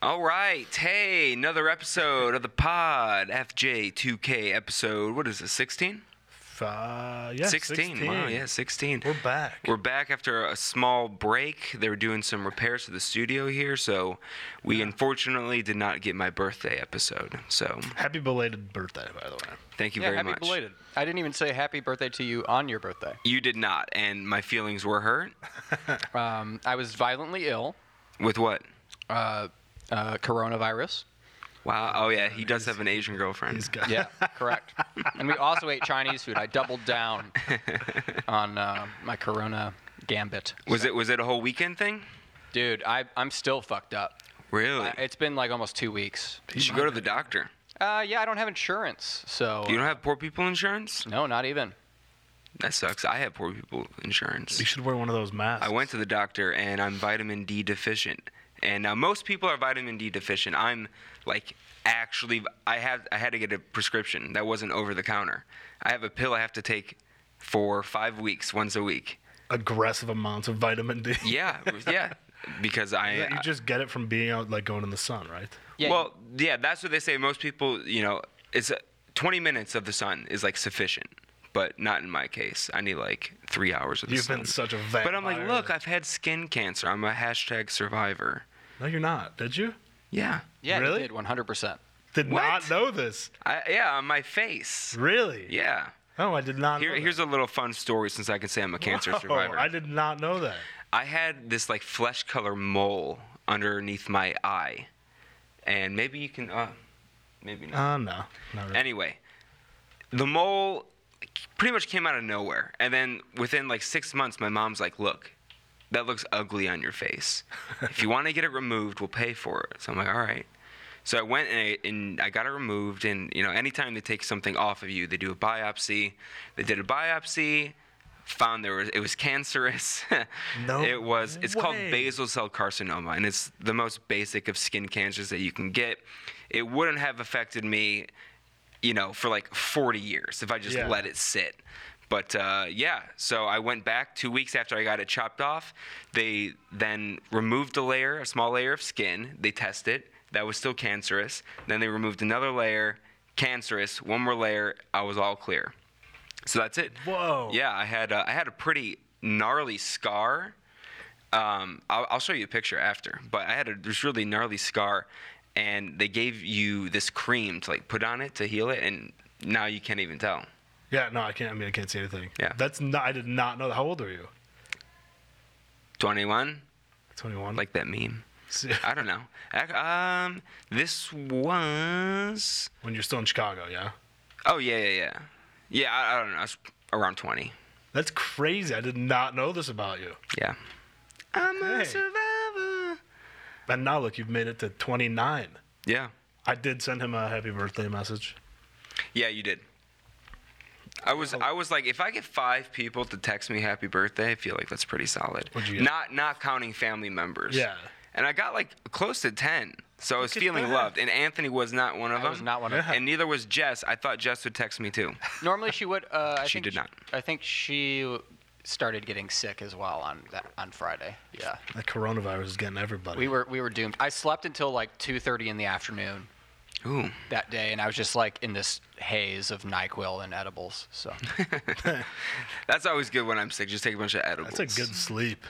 All right. Hey, another episode of the pod, FJ2K episode. What is this, 16? Uh, yeah, 16. Wow, yeah, 16. We're back. We're back after a small break. They were doing some repairs to the studio here, so we unfortunately did not get my birthday episode. So Happy belated birthday, by the way. thank you Yeah, very happy much. belated. I didn't even say happy birthday to you on your birthday. You did not, and my feelings were hurt. Um, I was violently ill, With what? uh, uh, coronavirus. Wow. Oh, yeah, he does have an Asian girlfriend. He's got Yeah, correct. And we also ate Chinese food. I doubled down on uh, my corona gambit. was it was it a whole weekend thing? Dude, I, I'm still fucked up. Really? I, it's been like almost two weeks. you should go to the doctor. Uh, yeah, I don't have insurance, so You don't have poor people insurance? no, not even. That sucks. I have poor people insurance. You should wear one of those masks. I went to the doctor and I'm vitamin D deficient. And now most people are vitamin D deficient. I'm like actually I have I had to get a prescription. That wasn't over the counter. I have a pill I have to take for 5 weeks once a week. aggressive amounts of vitamin D. Yeah, yeah, because I you just get it from being out, like going in the sun, right? Yeah, Well, yeah, that's what they say most people, you know, it's uh, 20 minutes of the sun is like sufficient. But not in my case. I need like three hours of the You've sun. been such a But I'm like, vampire. look, I've had skin cancer. I'm a hashtag survivor. No, you're not. Did you? Yeah. yeah, really? you did 100%. Did What? not know this. I, yeah, on my face. Really? Yeah. Oh, I did not. Here, know that. here's a little fun story since I can say I'm a cancer Whoa, survivor. I I, did not know that. had this like flesh color mole underneath my eye. And maybe you can, uh, maybe not. Uh, no, not really. Anyway, the mole pretty much came out of nowhere. And then within like six months, my mom's like, look, that looks ugly on your face. if you want to get it removed, we'll pay for it. So I'm like, all right. So I went and I, and I got it removed. And, you know, anytime they take something off of you, they do a biopsy. They did a biopsy. Found there was it was cancerous. No it was. It's called way. basal basal cell carcinoma, and it's the most basic of skin cancers that you can get. It wouldn't have affected me, you know, for like 40 years if I just Yeah. let it sit. But uh, yeah, so I went back two weeks after I got it chopped off. They then removed a layer, a small layer of skin. They tested it. That was still cancerous. Then they removed another layer, cancerous. One more layer. I was all clear. So that's it. Whoa. Yeah, I had uh, I had a pretty gnarly scar. Um, I'll, I'll show you a picture after, but I had a this really gnarly scar, and they gave you this cream to like put on it to heal it, and now you can't even tell. Yeah, no, I can't. I mean, I can't see anything. Yeah. That's not. I did not know that. How old are you? 21, 21. like that meme. I don't know. Ac- Um, this was. when you're still in Chicago, yeah. Oh yeah, yeah, yeah, yeah. I, I don't know. I was around 20. That's crazy. I did not know this about you. Yeah. I'm Hey. a survivor. And now look, you've made it to 29. Yeah. I did send him a happy birthday message. Yeah, you did. I was Oh. I was like, if I get five people to text me happy birthday, I feel like that's pretty solid. What'd you get? Not not counting family members. Yeah. And I got like close to ten, so I was at feeling that. loved. And Anthony was not one of I them. was not one of Yeah. And neither was Jess. I thought Jess would text me too. Normally she would. Uh, I She think did not. I think she started getting sick as well on that on Friday. Yeah, That coronavirus is getting everybody. we were we were doomed. I slept until like two thirty in the afternoon Ooh. that day, and I was just like in this haze of Nyquil and edibles. So That's always good when I'm sick. Just take a bunch of edibles. That's a good sleep.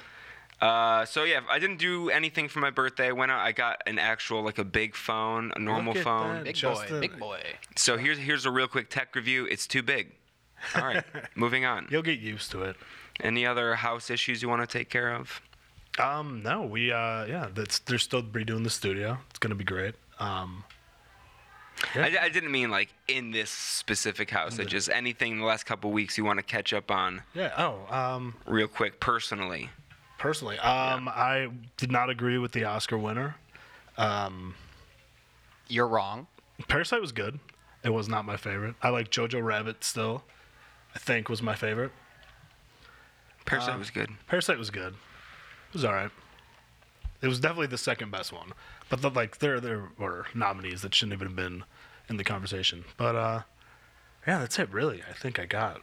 Uh, so yeah, I didn't do anything for my birthday. I went out. I got an actual like a big phone, a normal Look at phone. that. big Justin- boy, big boy. So here's here's a real quick tech review. It's too big. All right, moving on. You'll get used to it. Any other house issues you want to take care of? Um, no, we uh, yeah, that's they're still redoing the studio. It's gonna be great. Um, I, I didn't mean like in this specific house. I just anything in the last couple weeks you want to catch up on yeah. Oh, um, real quick personally. personally, um, I did not agree with the Oscar winner. You're wrong. Parasite was good. It was not my favorite. I like Jojo Rabbit still. I think was my favorite. Parasite was good. Parasite was good. It was all right. It was definitely the second best one, but the, like there there were nominees that shouldn't even have been in the conversation. But uh, yeah, that's it. Really, I think I got.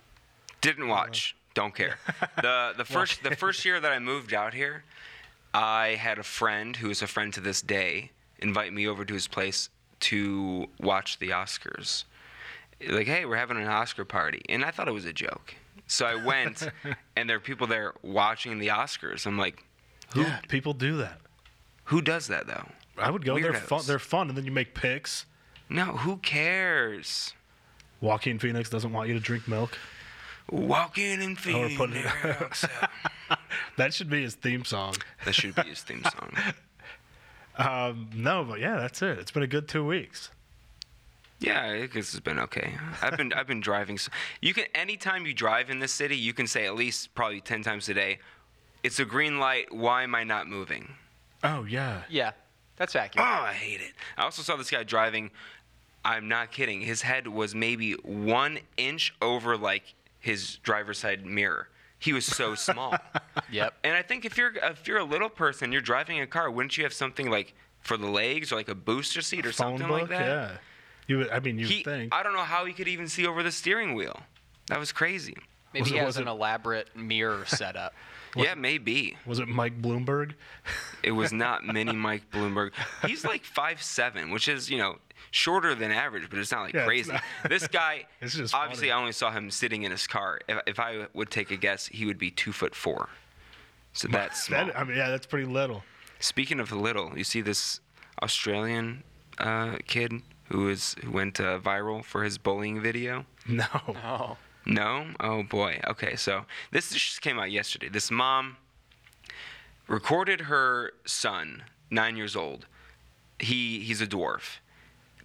Didn't watch. Don't care. the The first the first year that I moved out here, I had a friend who is a friend to this day invite me over to his place to watch the Oscars. Like, hey, we're having an Oscar party. And I thought it was a joke. So I went, and there are people there watching the Oscars. I'm like, Yeah, people do that. who does that though? I would go. They're fun. Weirdos. They're fun, and then you make picks. No, who cares? Joaquin Phoenix doesn't want you to drink milk. Walking in we're Phoenix. putting- That should be his theme song. that should be his theme song. No, but yeah, that's it. It's been a good two weeks. Yeah, I guess it's been okay. I've been I've been driving. So you can anytime you drive in this city, you can say at least probably ten times a day, "It's a green light. Why am I not moving?" Oh yeah. Yeah, that's Oh, accurate. I hate it. I also saw this guy driving. I'm not kidding. His head was maybe one inch over like his driver's side mirror. He was so small. Yep. And I think if you're if you're a little person, you're driving a car, wouldn't you have something like for the legs or like a booster seat or Phone something book. like that? Yeah. You. would- I mean, you would He, think. I don't know how he could even see over the steering wheel. That was crazy. Maybe Was he it- has was an it- elaborate mirror setup. yeah, maybe. was it Mike Bloomberg? It was not mini Mike Bloomberg. He's like five seven, which is you know shorter than average, but it's not like Yeah, it's crazy. not- This guy, It's just obviously, funny. I only saw him sitting in his car. If, if I would take a guess, he would be two foot four. So that's small. That, I mean, yeah, that's pretty little. Speaking of little, you see this Australian uh, kid who is who went uh, viral for his bullying video. No. Oh. No? Oh boy. Okay, so this just came out yesterday. This mom recorded her son, nine years old. He he's a dwarf,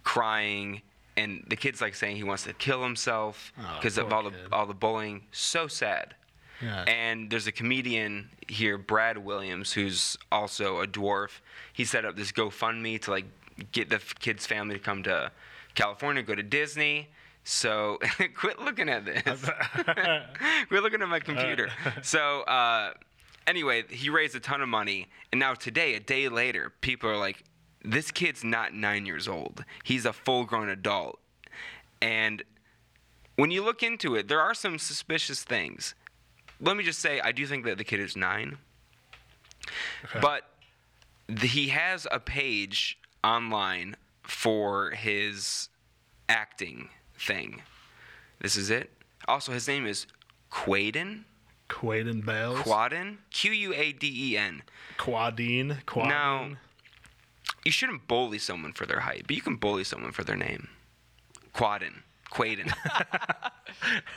crying, and the kid's like saying he wants to kill himself Oh, because of poor all kid. the all the bullying. So sad. Yeah. And there's a comedian here, Brad Williams, who's also a dwarf. He set up this GoFundMe to like get the f- kid's family to come to California, go to Disney. So quit looking at this. quit looking at my computer. So uh, anyway, he raised a ton of money, and now today, a day later, people are like, "This kid's not nine years old. He's a full-grown adult." And when you look into it, there are some suspicious things. Let me just say, I do think that the kid is nine, but th- he has a page online for his acting thing. This is it. Also, his name is Quaden. Quaid and Bales. Quaden. Q U A D E N. Quadine. Quadine. Now, you shouldn't bully someone for their height, but you can bully someone for their name. Quaden. Quaden.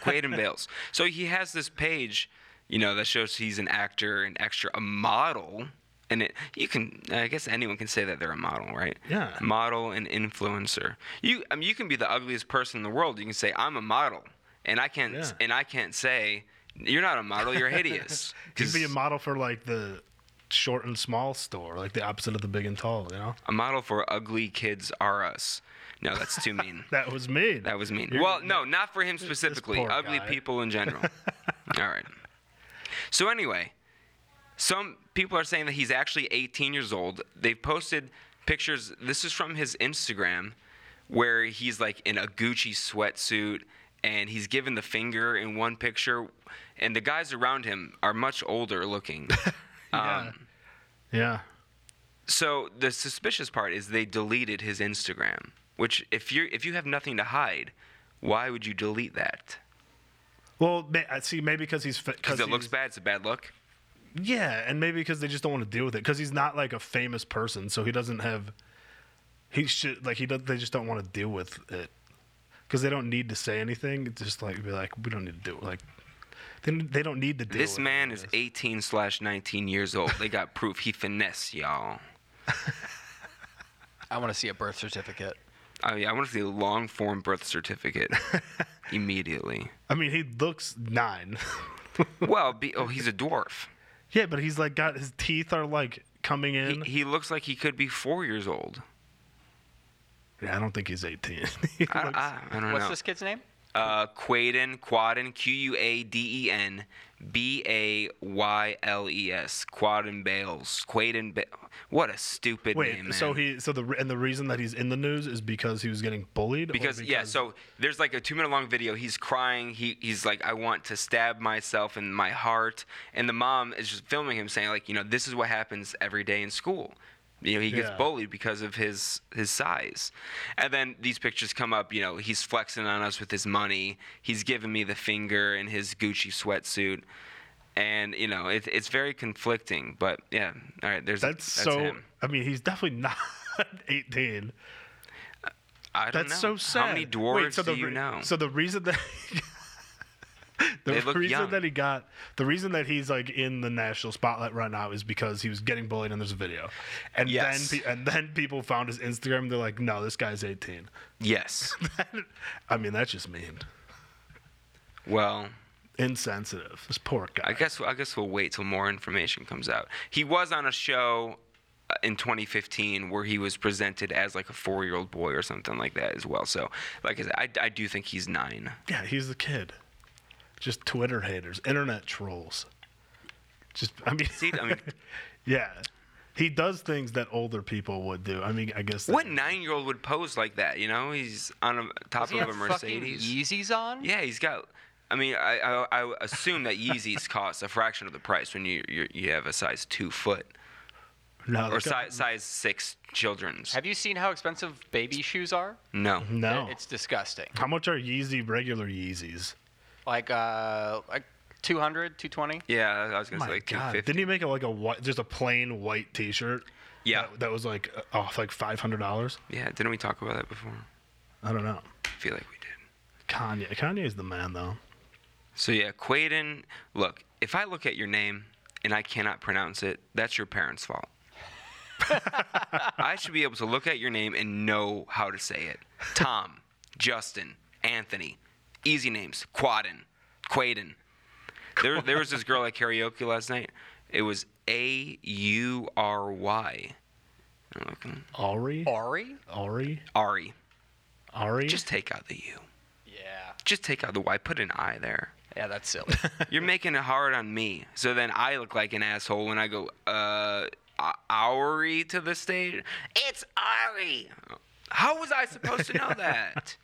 Quaden Bales. So he has this page, you know, that shows he's an actor, an extra, a model. And it, you can, I guess anyone can say that they're a model, right? Yeah. Model and influencer. You, I mean, you can be the ugliest person in the world. You can say I'm a model, and I can't, Yeah. and I can't say you're not a model. You're hideous. He'd be a 'Cause- model for like the short and small store, like the opposite of the big and tall. You know. A model for ugly kids are us. No, that's too mean. That was me. that was mean. You're- well, no, not for him specifically. poor Ugly guy. people in general. All right. So anyway, some people are saying that he's actually 18 years old. They've posted pictures. This is from his Instagram, where he's like in a Gucci sweatsuit and he's given the finger in one picture, and the guys around him are much older looking. um, Yeah. So the suspicious part is they deleted his Instagram, which if you if you have nothing to hide, why would you delete that? Well, ma- I see, maybe because he's Because because it looks bad. It's a bad look. Yeah, and maybe because they just don't want to deal with it because he's not like a famous person, so he doesn't have. He should like he does. They just don't want to deal with it because they don't need to say anything. It's just like be like we don't need to do it. Like they, they don't need to deal. This with man it. is 18 slash 19 years old. They got proof. He finesse y'all. I want to see a birth certificate. I, Oh, I want to see a long form birth certificate immediately. I mean, he looks nine. Well, be, oh, he's a dwarf. yeah, but he's like got his teeth are like coming He, in. he looks like he could be four years old. yeah, I don't think he's eighteen. He I, looks- I, I don't What's know. this kid's name? Uh, Quaden, Quaden, Q U A D E N B A Y L E S. Quaden Bales. Quaden. Ba- what a stupid Wait, name. Man. so he so the re- and the reason that he's in the news is because he was getting bullied. or because, yeah, so there's like a two minute long video. He's crying. He he's like, I want to stab myself in my heart. And the mom is just filming him saying like, you know, this is what happens every day in school. You know, he gets Yeah. bullied because of his his size. And then these pictures come up. You know, he's flexing on us with his money. He's giving me the finger in his Gucci sweatsuit. And you know, it, it's very conflicting. But yeah, all right. There's that's, so. him. I mean, he's definitely not 18. I don't That's know. so sad. How many dwarves Wait, so the do you re- know? So the reason that the They look reason young. that he got the reason that he's like in the national spotlight right now is because he was getting bullied and there's a video, and Yes. then pe- and then people found his Instagram. They're like, no, this guy's 18. yes. I mean, that's just mean, well. insensitive. This poor guy. I guess I guess we'll wait till more information comes out. He was on a show uh, in 2015 where he was presented as like a four-year-old boy or something like that as well. So, like I said, I, I do think he's nine. Yeah, he's the kid. Just Twitter haters, internet trolls. Just I mean, See, I mean, yeah, he does things that older people would do. I mean, I guess that- what nine-year-old would pose like that? You know, he's on a top Does he of a have fucking Mercedes. Yeezys on? yeah, he's got. I mean, I, I, I assume that Yeezys cost a fraction of the price when you you you have a size two foot No, or that guy- size size six children's. Oh, Have you seen how expensive baby shoes are? No. No. It's disgusting. How much are Yeezy regular Yeezys? Like uh like 200, 220. Yeah, I was gonna My say like God, 250. didn't he make it like a white, just a plain white T-shirt? Yeah. that, that was like uh, off like five hundred dollars. Yeah, didn't we talk about that before? I don't know. I feel like we did. Kanye, Kanye's the man though. So yeah, Quaden. Look, if I look at your name and I cannot pronounce it, that's your parents' fault. I should be able to look at your name and know how to say it. Tom, Justin, Anthony, easy names. Quaden, Quaden. There, there was this girl at karaoke last night. It was A U R Y. I'm like, hmm, Ari, Ori? Ari, Ari. Ari. Just take out the U. Yeah. Just take out the Y. Put an I there. Yeah, that's silly. You're making it hard on me. So then I look like an asshole when I go, uh, A- Auri to the stage. It's Ari. How was I supposed to know that?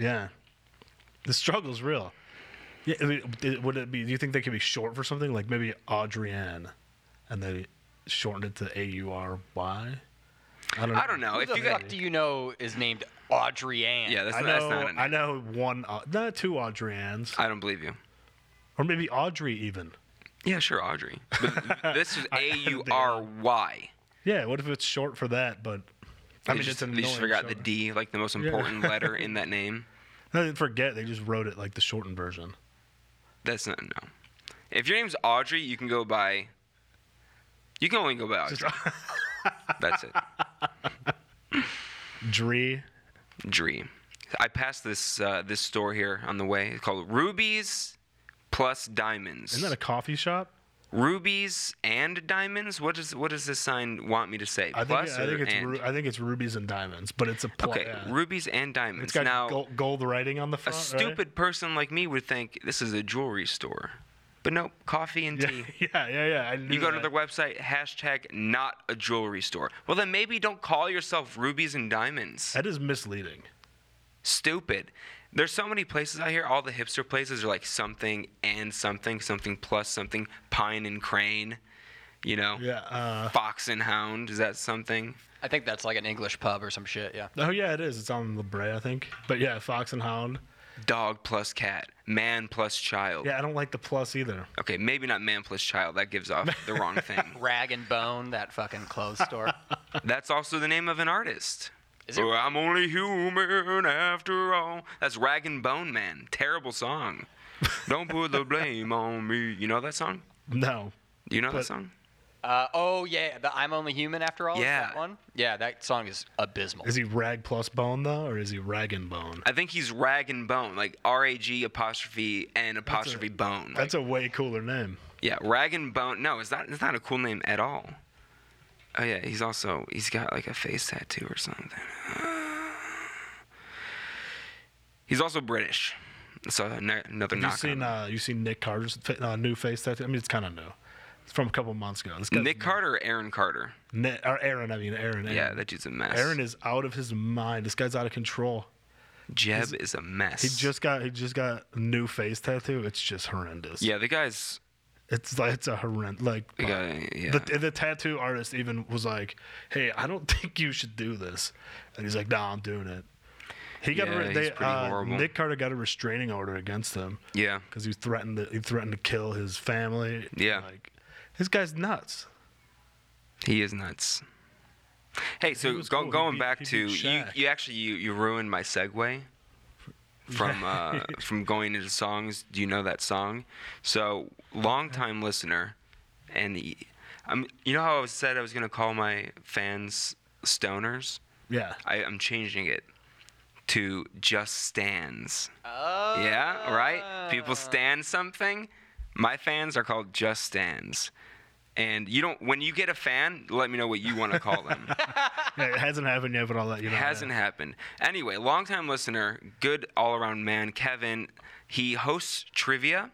Yeah. The struggle's real. Yeah, I mean, it- would it be? Do you think they could be short for something like maybe Audrienne, and they shortened it to A U R Y? I don't know. I don't know. Who Oh, If the you fuck got, do you know is named Audrey Ann? yeah, that's, I not, that's know. not. An, I I, know one. Au- No, two Audriennes, don't believe you. or maybe Audrey even. Yeah, sure, Audrey. But this is A U R Y. Yeah. What if it's short for that? But I They mean, just, it's an they just forgot the D, like the most important letter in that name. No, they didn't forget. They just wrote it like the shortened version. That's not no. If your name's Audrey, you can go by. You can only go by Audrey. That's it. Dree. Dream. I passed this uh, this store here on the way. It's called Rubies plus Diamonds. Isn't that a coffee shop? Rubies and diamonds? What does what does this sign want me to say? I think, plus I or think it's and? ru- I think it's rubies and diamonds, but it's a pl- okay, yeah. rubies and diamonds. It's got now, gold, gold writing on the a front. right? stupid person like me would think this is a jewelry store, but nope, coffee and Yeah, tea. yeah, yeah, yeah. I knew You go to that. their website, hashtag not a jewelry store. Well, then maybe don't call yourself rubies and diamonds. That is misleading. stupid. There's so many places out here. All the hipster places are like something and something, something plus something, pine and crane, you know, Yeah. Uh, fox and hound. Is that something? I think that's like an English pub or some shit. Yeah. oh yeah, it is. It's on La Brea, I think. But yeah, Fox and Hound. Dog plus cat, man plus child. Yeah, I don't like the plus either. Okay, maybe not man plus child. That gives off the wrong thing. Rag and Bone, that fucking clothes store. That's also the name of an artist. Is it- Oh, I'm only human after all. That's Rag and Bone Man. Terrible song. Don't put the blame on me. You know that song? No. You know that But- song? Uh, oh yeah, the I'm Only Human After All. is Yeah. that one. Yeah, that song is abysmal. Is he rag plus bone though, or is he rag and bone? I think he's rag and bone, like R A G apostrophe and apostrophe bone. That's a way cooler name. yeah, rag and bone. No, it's not. It's not a cool name at all. Oh yeah, he's also he's got like a face tattoo or something. He's also British. So ano- another You knock. seen on him. uh, you seen Nick Carter's fa- uh, new face tattoo? I mean, it's kind of new. It's from a couple months ago. This guy's Nick Carter, or Aaron Carter. Ni- or Aaron, I mean Aaron. Aaron. Yeah, that dude's a mess. Aaron is out of his mind. This guy's out of control. Jeb is a mess. He just got he just got a new face tattoo. It's just horrendous. yeah, the guy's It's like it's a horrendous like the guy. Yeah, the, the tattoo artist even was like, "Hey, I don't think you should do this," and he's like, "No, I'm doing it." He got a Yeah, re- he's they, pretty uh, horrible. Nick Carter got a restraining order against him yeah. because he threatened to, he threatened to kill his family. Yeah. like this guy's nuts. He is nuts. Hey, so was go, cool. He going beat- back he to beat you, Shaq. you actually you, you ruined my segue from uh, from going into songs. Do you know that song? So Uh-huh. longtime listener, and the, I'm you know how I said I was gonna call my fans stoners. Yeah, I, I'm changing it to just stands. Oh. Yeah, right? People stand something. My fans are called just stands. And you don't when you get a fan, let me know what you want to call them. Yeah, it hasn't happened yet, but I'll let you know. It hasn't happened. Anyway, longtime listener, good all around man, Kevin. He hosts trivia,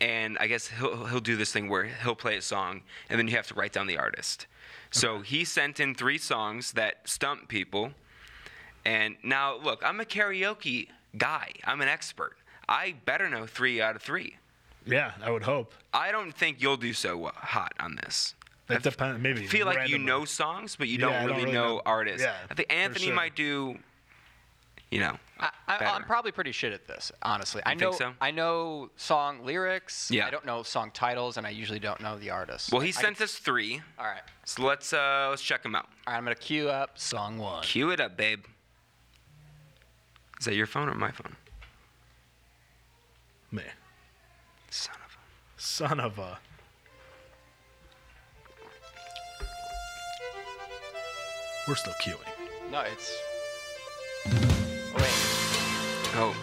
and I guess he'll he'll do this thing where he'll play a song, and then you have to write down the artist. So he sent in three songs that stump people. And now, look, I'm a karaoke guy. I'm an expert. I better know three out of three. Yeah, I would hope. I don't think you'll do so well- hot on this. That depends. Maybe. I feel like you randomly. know songs, but you Yeah, don't, I really, know, artists. Yeah, I think for Anthony sure. might do, you know, I, I, better. I'm probably pretty shit at this, honestly. I know think so? I know song lyrics. Yeah. I don't know song titles, and I usually don't know the artist. well, he I sent can- us three, All right, so let's uh, let's check them out. all right. I'm gonna cue up song one. Cue it up, babe. Is that your phone or my phone? Man, Son of a. son of a. We're still queuing. No, it's. Wait. Oh,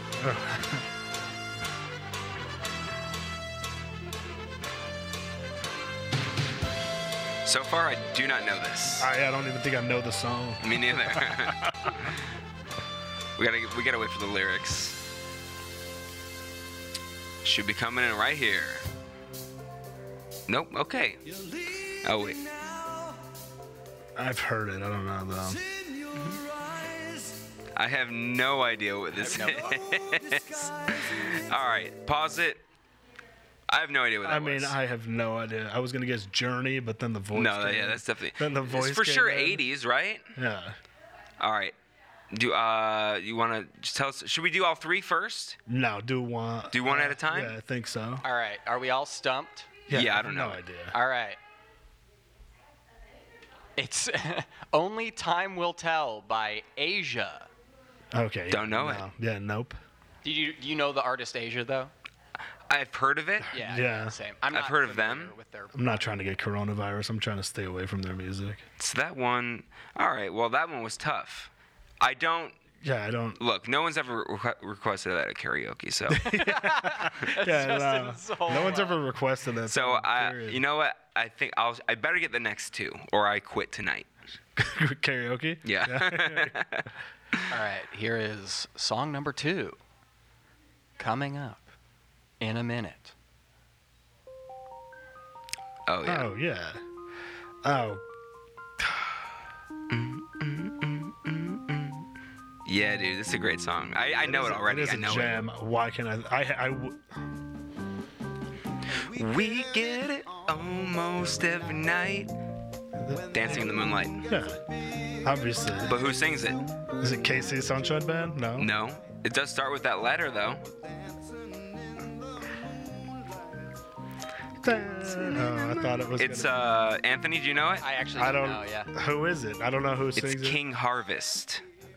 so far I do not know this. I, I don't even think I know the song. Me neither. we gotta we gotta wait for the lyrics. Should be coming in right here. Nope. Okay. Oh wait. I've heard it. I don't know though. I have no idea what this I have is. All right. Pause it. I have no idea what that I mean, was. I have no idea. I was gonna guess Journey, but then the voice. no. came Yeah, in. that's definitely. Then the it's voice for came sure. in. 80s, right? Yeah. All right. Do uh you want to tell us? Should we do all three first? No, do one. Do one uh, at a time? Yeah, I think so. All right. Are we all stumped? Yeah, I have don't no know. idea. All right. It's Only Time Will Tell by Asia. Okay. Don't know it. no. Yeah. Nope. Do you do you know the artist Asia though? I've heard of it. Yeah. Yeah. Same. I'm I've not heard of familiar them. With their, I'm not trying to get coronavirus. I'm trying to stay away from their music. So that one, all right. Well, that one was tough. I don't Yeah, I don't. look. No one's ever requ- requested that at karaoke. So, Yeah, no. Justin no Zola. one's ever requested that. so song, I, period. you know what? I think I'll. I better get the next two, or I quit tonight. karaoke. Yeah. all right. Here is song number two. Coming up in a minute. Oh yeah. Oh yeah. Oh Yeah, dude. This is a great song. I, I know it, already. It is I a know jam. Why can I? I, I w- it. We get it almost every night. Dancing in the moonlight. yeah. Obviously. But who sings it? Is it KC Sunshine Band? No. No. It does start with that letter though. Oh, I thought it was. It's gonna- uh Anthony. Do you know it? I actually I don't. know. Yeah. Who is it? I don't know who It's sings King Harvest. it.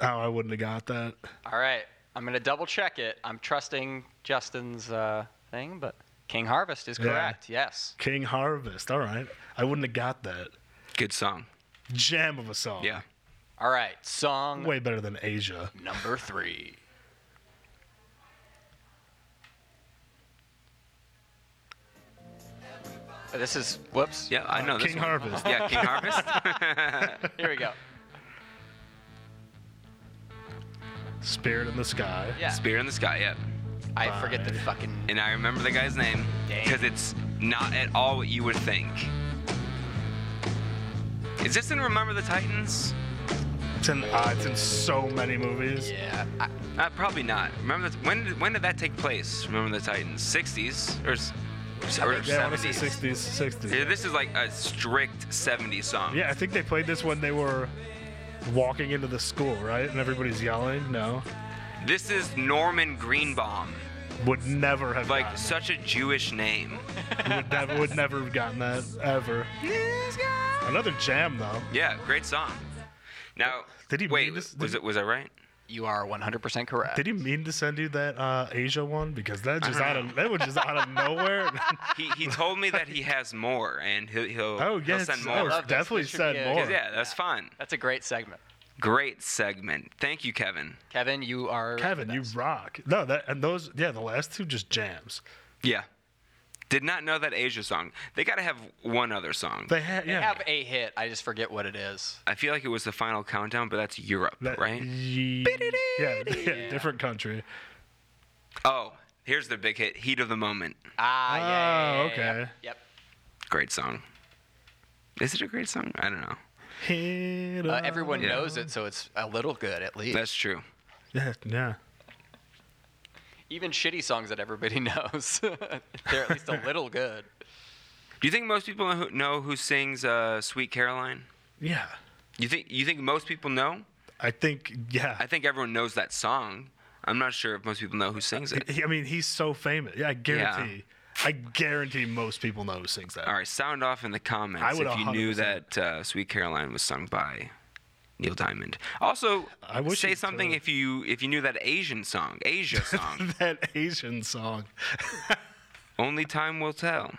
Oh, I wouldn't have got that. All right. I'm gonna double check it. I'm trusting Justin's uh, thing, but King Harvest is Yeah. correct. Yes. King Harvest. All right. I wouldn't have got that. Good song. Jam of a song. Yeah. All right. Song Way better than Asia. number three. Oh, This is whoops. Yeah, I know this Uh, King one. Harvest. Yeah, King Harvest. Here we go. Spirit in the Sky. Yeah. Spirit in the Sky, yep. I forget the Bye. fucking. And I remember the guy's name Dang. because it's not at all what you would think. Is this in Remember the Titans? It's in uh, it's in so many movies. Yeah. I, Uh, probably not. Remember the, when did when did that take place? Remember the Titans? 60s or, s- or Yeah, I want to 70s? say 60s, 60s. Yeah, This is like a strict 70s song. Yeah, I think they played this when they were walking into the school, right? And everybody's yelling. No, This is Norman Greenbaum. would never have Like gotten such a Jewish name. that. would never would never have gotten that ever. Another jam though. Yeah, great song. Now, Did he wait? mean this- was did- it was I right? you are 100% correct. Did he mean to send you that uh, Asia one? Because that just don't out of that was just out of nowhere. He, he told me that he has more, and he'll he'll, oh he'll yes, send oh, more. Love this. definitely This should said be a- more. 'Cause, yeah, that's fun. That's a great segment. Great segment. Thank you, Kevin. Kevin, you are. the Kevin, you best. rock. No, that and those yeah, the last two just jams. Yeah, did not know that Asia song. They got to have one other song. They had They yeah. have a hit. I just forget what it is. I feel like it was the final countdown, but that's Europe, that- right? ye- yeah, yeah, different country. Oh, here's the big hit, "Heat of the Moment." Ah, yeah, Oh, yeah, yeah, yeah, okay. Yep. Great song. Is it a great song? I don't know. Hit yep. Uh, 'em. everyone Yeah. knows it, so it's a little good at least. That's true. yeah, yeah. Even shitty songs that everybody knows, they're at least a little good. Do you think most people who- know who sings uh, "Sweet Caroline"? Yeah. You think you think most people know? I think yeah. I think everyone knows that song. I'm not sure if most people know who sings it. He- I mean, he's so famous. Yeah, I guarantee. I guarantee most people know who sings that. All right, sound off in the comments I would if you knew 100%. that uh, "Sweet Caroline" was sung by Neil Diamond. Also, I wish say you'd something tell- if you if you knew that Asian song, Asia song. That Asian song. Only time will tell.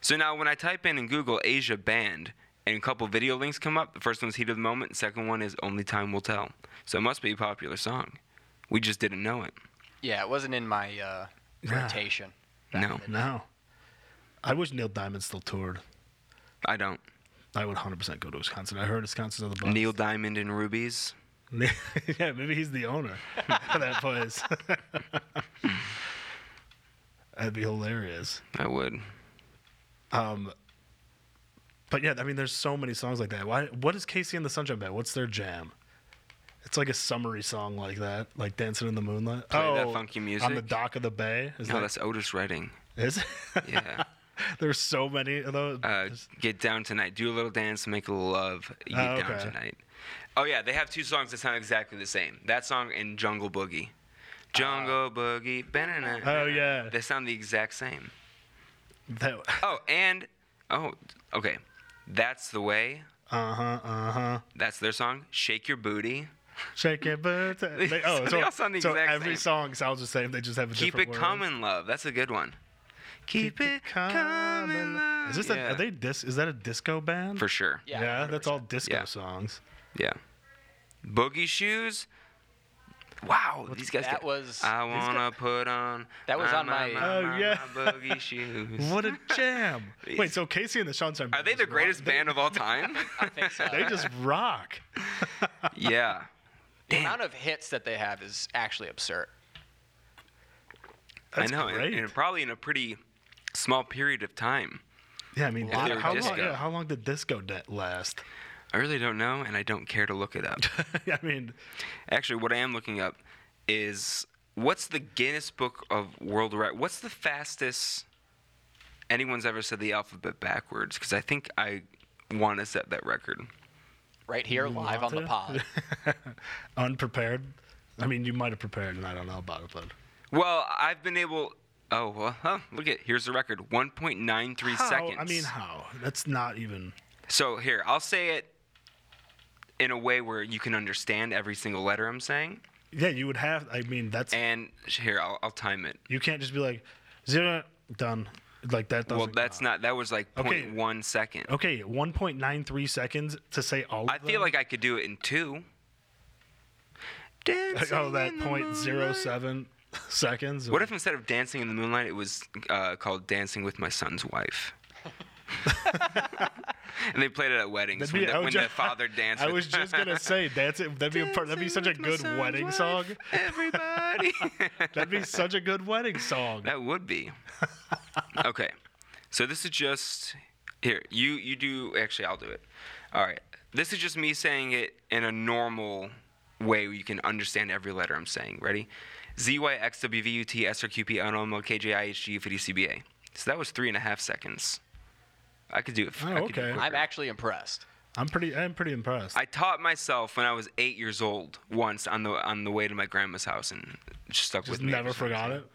So now, when I type in in Google "Asia band" and a couple video links come up, the first one's "Heat of the Moment," the second one is "Only Time Will Tell." So it must be a popular song. We just didn't know it. Yeah, it wasn't in my uh, Yeah. rotation. No, No. I wish Neil Diamond still toured. I don't. I would 100% go to his concert. I heard his concerts on the bus. Neil Diamond and Rubies. yeah, maybe he's the owner of that place. That'd be hilarious. I would. Oh, Um, but yeah, I mean, there's so many songs like that. Why? What is Casey and the Sunshine Band? What's their jam? It's like a summery song like that, like "Dancing in the Moonlight." Play that funky Oh, on the music. dock of the bay. Is No, that that's Otis Redding. is? Yeah. there's so many of those. Uh, There's- get down tonight. Do a little dance. Make a little love. Get Oh, down okay. tonight. Oh yeah, they have two songs that sound exactly the same. That song and Jungle Boogie. Jungle Boogie. Banana. Ah. Oh, yeah. They sound the exact same. that, Oh and oh okay, that's the way. uh huh. Uh huh. That's their song. Shake your booty. Shake it, but they, oh, They so, all sound the so exact every same. song sounds the same. They just have a Keep it different word. coming, love. That's a good one. Keep, it coming, love. Is this Yeah. a, are they dis? Is that a disco band? for sure? Yeah, yeah that's all disco Yeah. songs. Yeah. Boogie shoes. Wow, these guys. that get- was- I these wanna put on. That was on my- Oh, yeah. boogie shoes. What a jam! Wait, so Casey and the Sunshine Are they Brothers the greatest rock- band of all time? I think so. They just rock. yeah. the amount of hits that they have is actually absurd. That's I know, and- great. and probably in a pretty small period of time. yeah, I mean, lot of how long? disco. Yeah, how long did disco de- last? I really don't know, and I don't care to look it up. I mean, Actually, what I am looking up is what's the Guinness Book of World Record? What's the fastest anyone's ever said the alphabet backwards? Because I think I want to set that record. Right here, live on the pod. Wanted? unprepared. I mean, you might have prepared, and I don't know about it, but Well, I've been able. Oh, well, huh, look at here's the record: 1.93 how? seconds. I mean, how? That's not even. so here I'll say it in a way where you can understand every single letter I'm saying, Yeah, you would have. I mean, that's and sh- here I'll, I'll time it. you can't just be like zero done like that. Doesn't well, that's not. count. That was like Okay. 0.1 second. okay. One point nine three seconds to say all. Of I feel them? like I could do it in two. oh Dancing that in the point zero moonlight. seven seconds. What if instead of dancing in the moonlight, it was uh, called dancing with my son's wife? and they played it at weddings That'd when, be- the, I was when ju- the father danced. I with- was just gonna say that's it. That'd be a part, that'd be such a Dancing with my good son's wedding wife, song. Everybody. That'd be such a good wedding song. that would be. Okay, so this is just here. You you do actually. I'll do it. All right. This is just me saying it in a normal way where you can understand every letter I'm saying. Ready? Z Y X W V U T S R Q P N O M L K J I H G U F D C B A. So that was three and a half seconds. I could do it. Oh, I could do it okay. quicker. I'm actually impressed. I'm pretty. I'm pretty impressed. I taught myself when I was eight years old once on the on the way to my grandma's house and it just stuck just with me. never ever since. forgot it.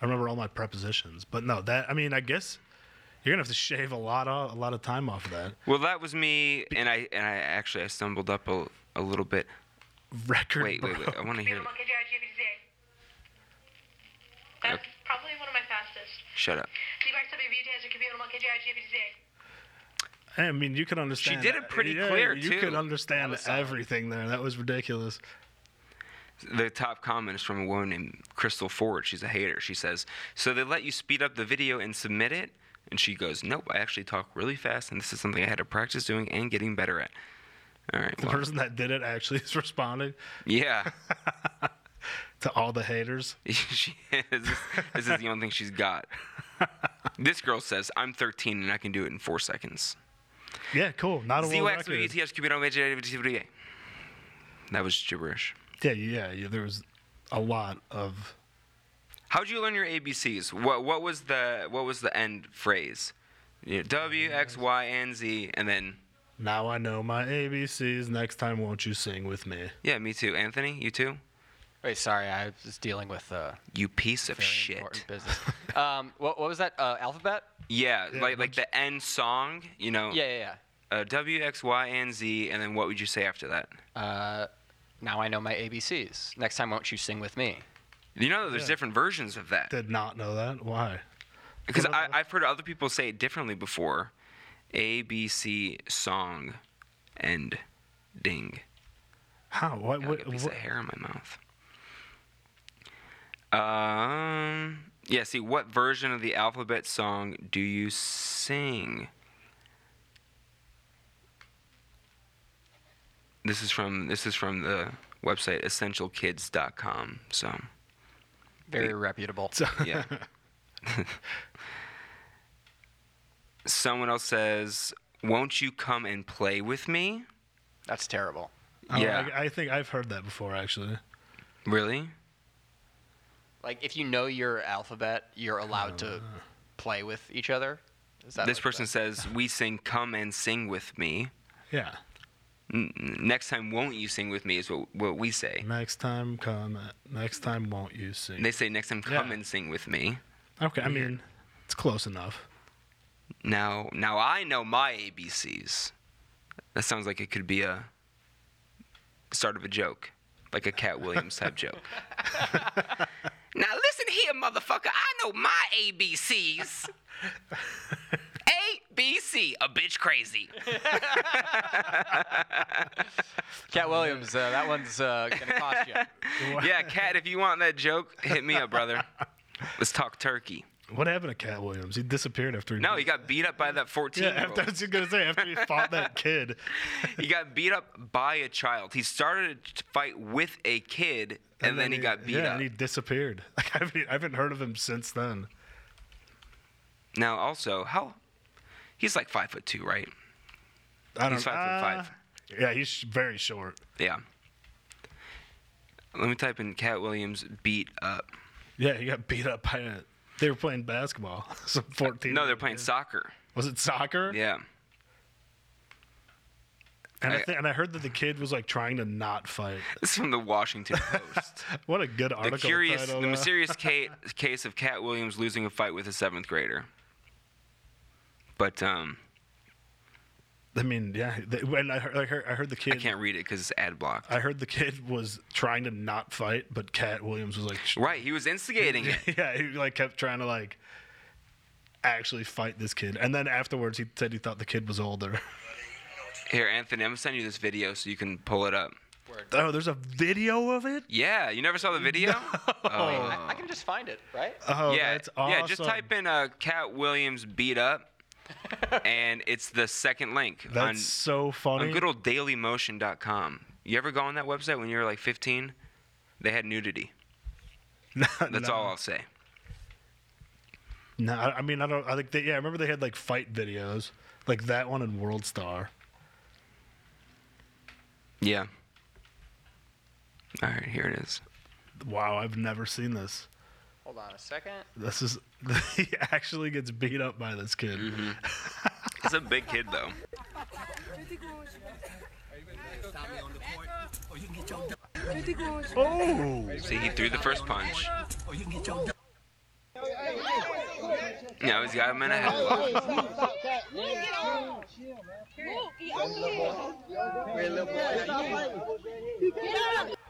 I remember all my prepositions, but no, that I mean, I guess you're gonna have to shave a lot of a lot of time off of that. Well, that was me, and I and I actually I stumbled up a, a little bit. Record. Wait, wait, wait! I want to hear. it. That's probably one of my fastest. Shut up. I mean, you could understand. oh. did it pretty yeah, clear, You too. could understand was solid. everything there. That was ridiculous. The top comment is from a woman named Crystal Ford. She's a hater. She says, "So they let you speed up the video and submit it?" And she goes, "Nope. I actually talk really fast, and this is something I had to practice doing and getting better at." All right. The well, person that did it actually is responding yeah. to all the haters. she is. This is the only thing she's got. This girl says, "I'm 13 and I can do it in four seconds." Yeah, cool. Not a world record. ZYXWETHQBWJWTWDA. That was gibberish. Yeah, yeah, yeah. There was a lot of. How'd you learn your ABCs? What what was the what was the end phrase? You know, W X Y and Z, and then Now I know my ABCs. Next time, won't you sing with me? yeah, me too. Anthony, you too. Wait, sorry, I was dealing with uh, You piece of very shit. important business. um, what, what was that? Uh, alphabet? Yeah, Yeah, like like that's- the end song. You know, Yeah, yeah, uh, W X Y and Z, and then what would you say after that? yeah. Uh, now I know my ABCs. Next time, won't you sing with me? You know, there's Yeah. different versions of that. Did not know that. Why? Because I, I've heard other people say it differently before. A, B, C, song, and ding. How? What? Got what, like a piece what- of hair in my mouth. Um, yeah, see, what version of the alphabet song do you sing? This is from this is from the website essentialkids.com. So, Very reputable. yeah. Someone else says, "Won't you come and play with me?" That's terrible. Oh, yeah. I, I think I've heard that before, actually. Really? Like, if you know your alphabet, you're allowed to play with each other. Is that This like person the- says, "We sing, come and sing with me." Yeah. N- n- next time, won't you sing with me? Is what what we say. Next time, come. Next time, won't you Mm. sing? They say, "Next time, come Yeah. and sing with me." okay, I mean, it's close enough. Now, now I know my ABCs. That sounds like it could be a start of a joke, like a Cat Williams type joke. now listen here, motherfucker. I know my ABCs. A B C, a bitch crazy. Cat Williams. Uh, that one's uh, gonna cost you. yeah, Cat, if you want that joke, hit me up, brother. Let's talk turkey. What happened to Cat Williams? He disappeared after he. No, he got beat up by that 14 Yeah, year after, I old. was just gonna say after he fought that kid. He got beat up by a child. He started a fight with a kid, and, then, he, got beat yeah, up. and he disappeared. Like, I, haven't, I haven't heard of him since then. Now, also, how he's like five foot two, right? I don't He's five foot ah, Yeah, he's sh- very short. Yeah. Let me type in Cat Williams beat up. Yeah, he got beat up by a. They were playing basketball. Some fourteen. No, they're playing soccer. Was it soccer? Yeah. And I, I- thi- and I heard that the kid was like trying to not fight. This is from the Washington Post. What a good the article. curious, title, uh, the though. mysterious ca- case of Cat Williams losing a fight with a seventh grader. But um, I mean, yeah. They, when I heard, I heard, I heard the kid. I can't read it because it's ad block. I heard the kid was trying to not fight, but Cat Williams was like, sh- Right, he was instigating it. yeah, he like kept trying to like actually fight this kid. And then afterwards, he said he thought the kid was older. Here, Anthony, I'm gonna send you this video so you can pull it up. oh, there's a video of it. Yeah, you never saw the video? Uh. I, I can just find it, right? Oh, yeah, that's awesome. yeah. Just type in uh, Cat uh, Williams beat up, and it's the second link That's on, so funny. on good old dailymotion.com. You ever go on that website when you were like 15? They had nudity. That's No. all I'll say. No, I I mean I don't. I think they, yeah, I remember they had like fight videos, like that one in World Star. Yeah. All right, here it is. Wow, I've never seen this. Hold on a second. This is he actually gets beat up by this kid. Mm-hmm. It's a big kid though. Oh, See, he threw the first punch. Oh, Now he's got him in a headlock.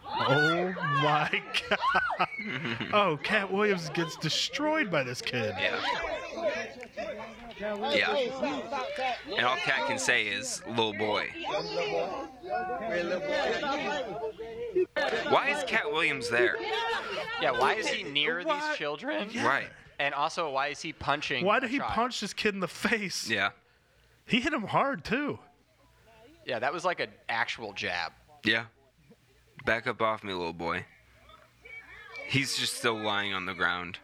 oh my god! oh, Cat Williams gets destroyed by this kid. Yeah. Yeah. And all Cat can say is little boy. Why is Cat Williams there? Yeah, why is he near Why- these children? Right. And also, why is he punching? Why a did he child? punch this kid in the face? Yeah. he hit him hard too. Yeah, that was like an actual jab. Yeah. Back up off me, little boy. He's just still lying on the ground.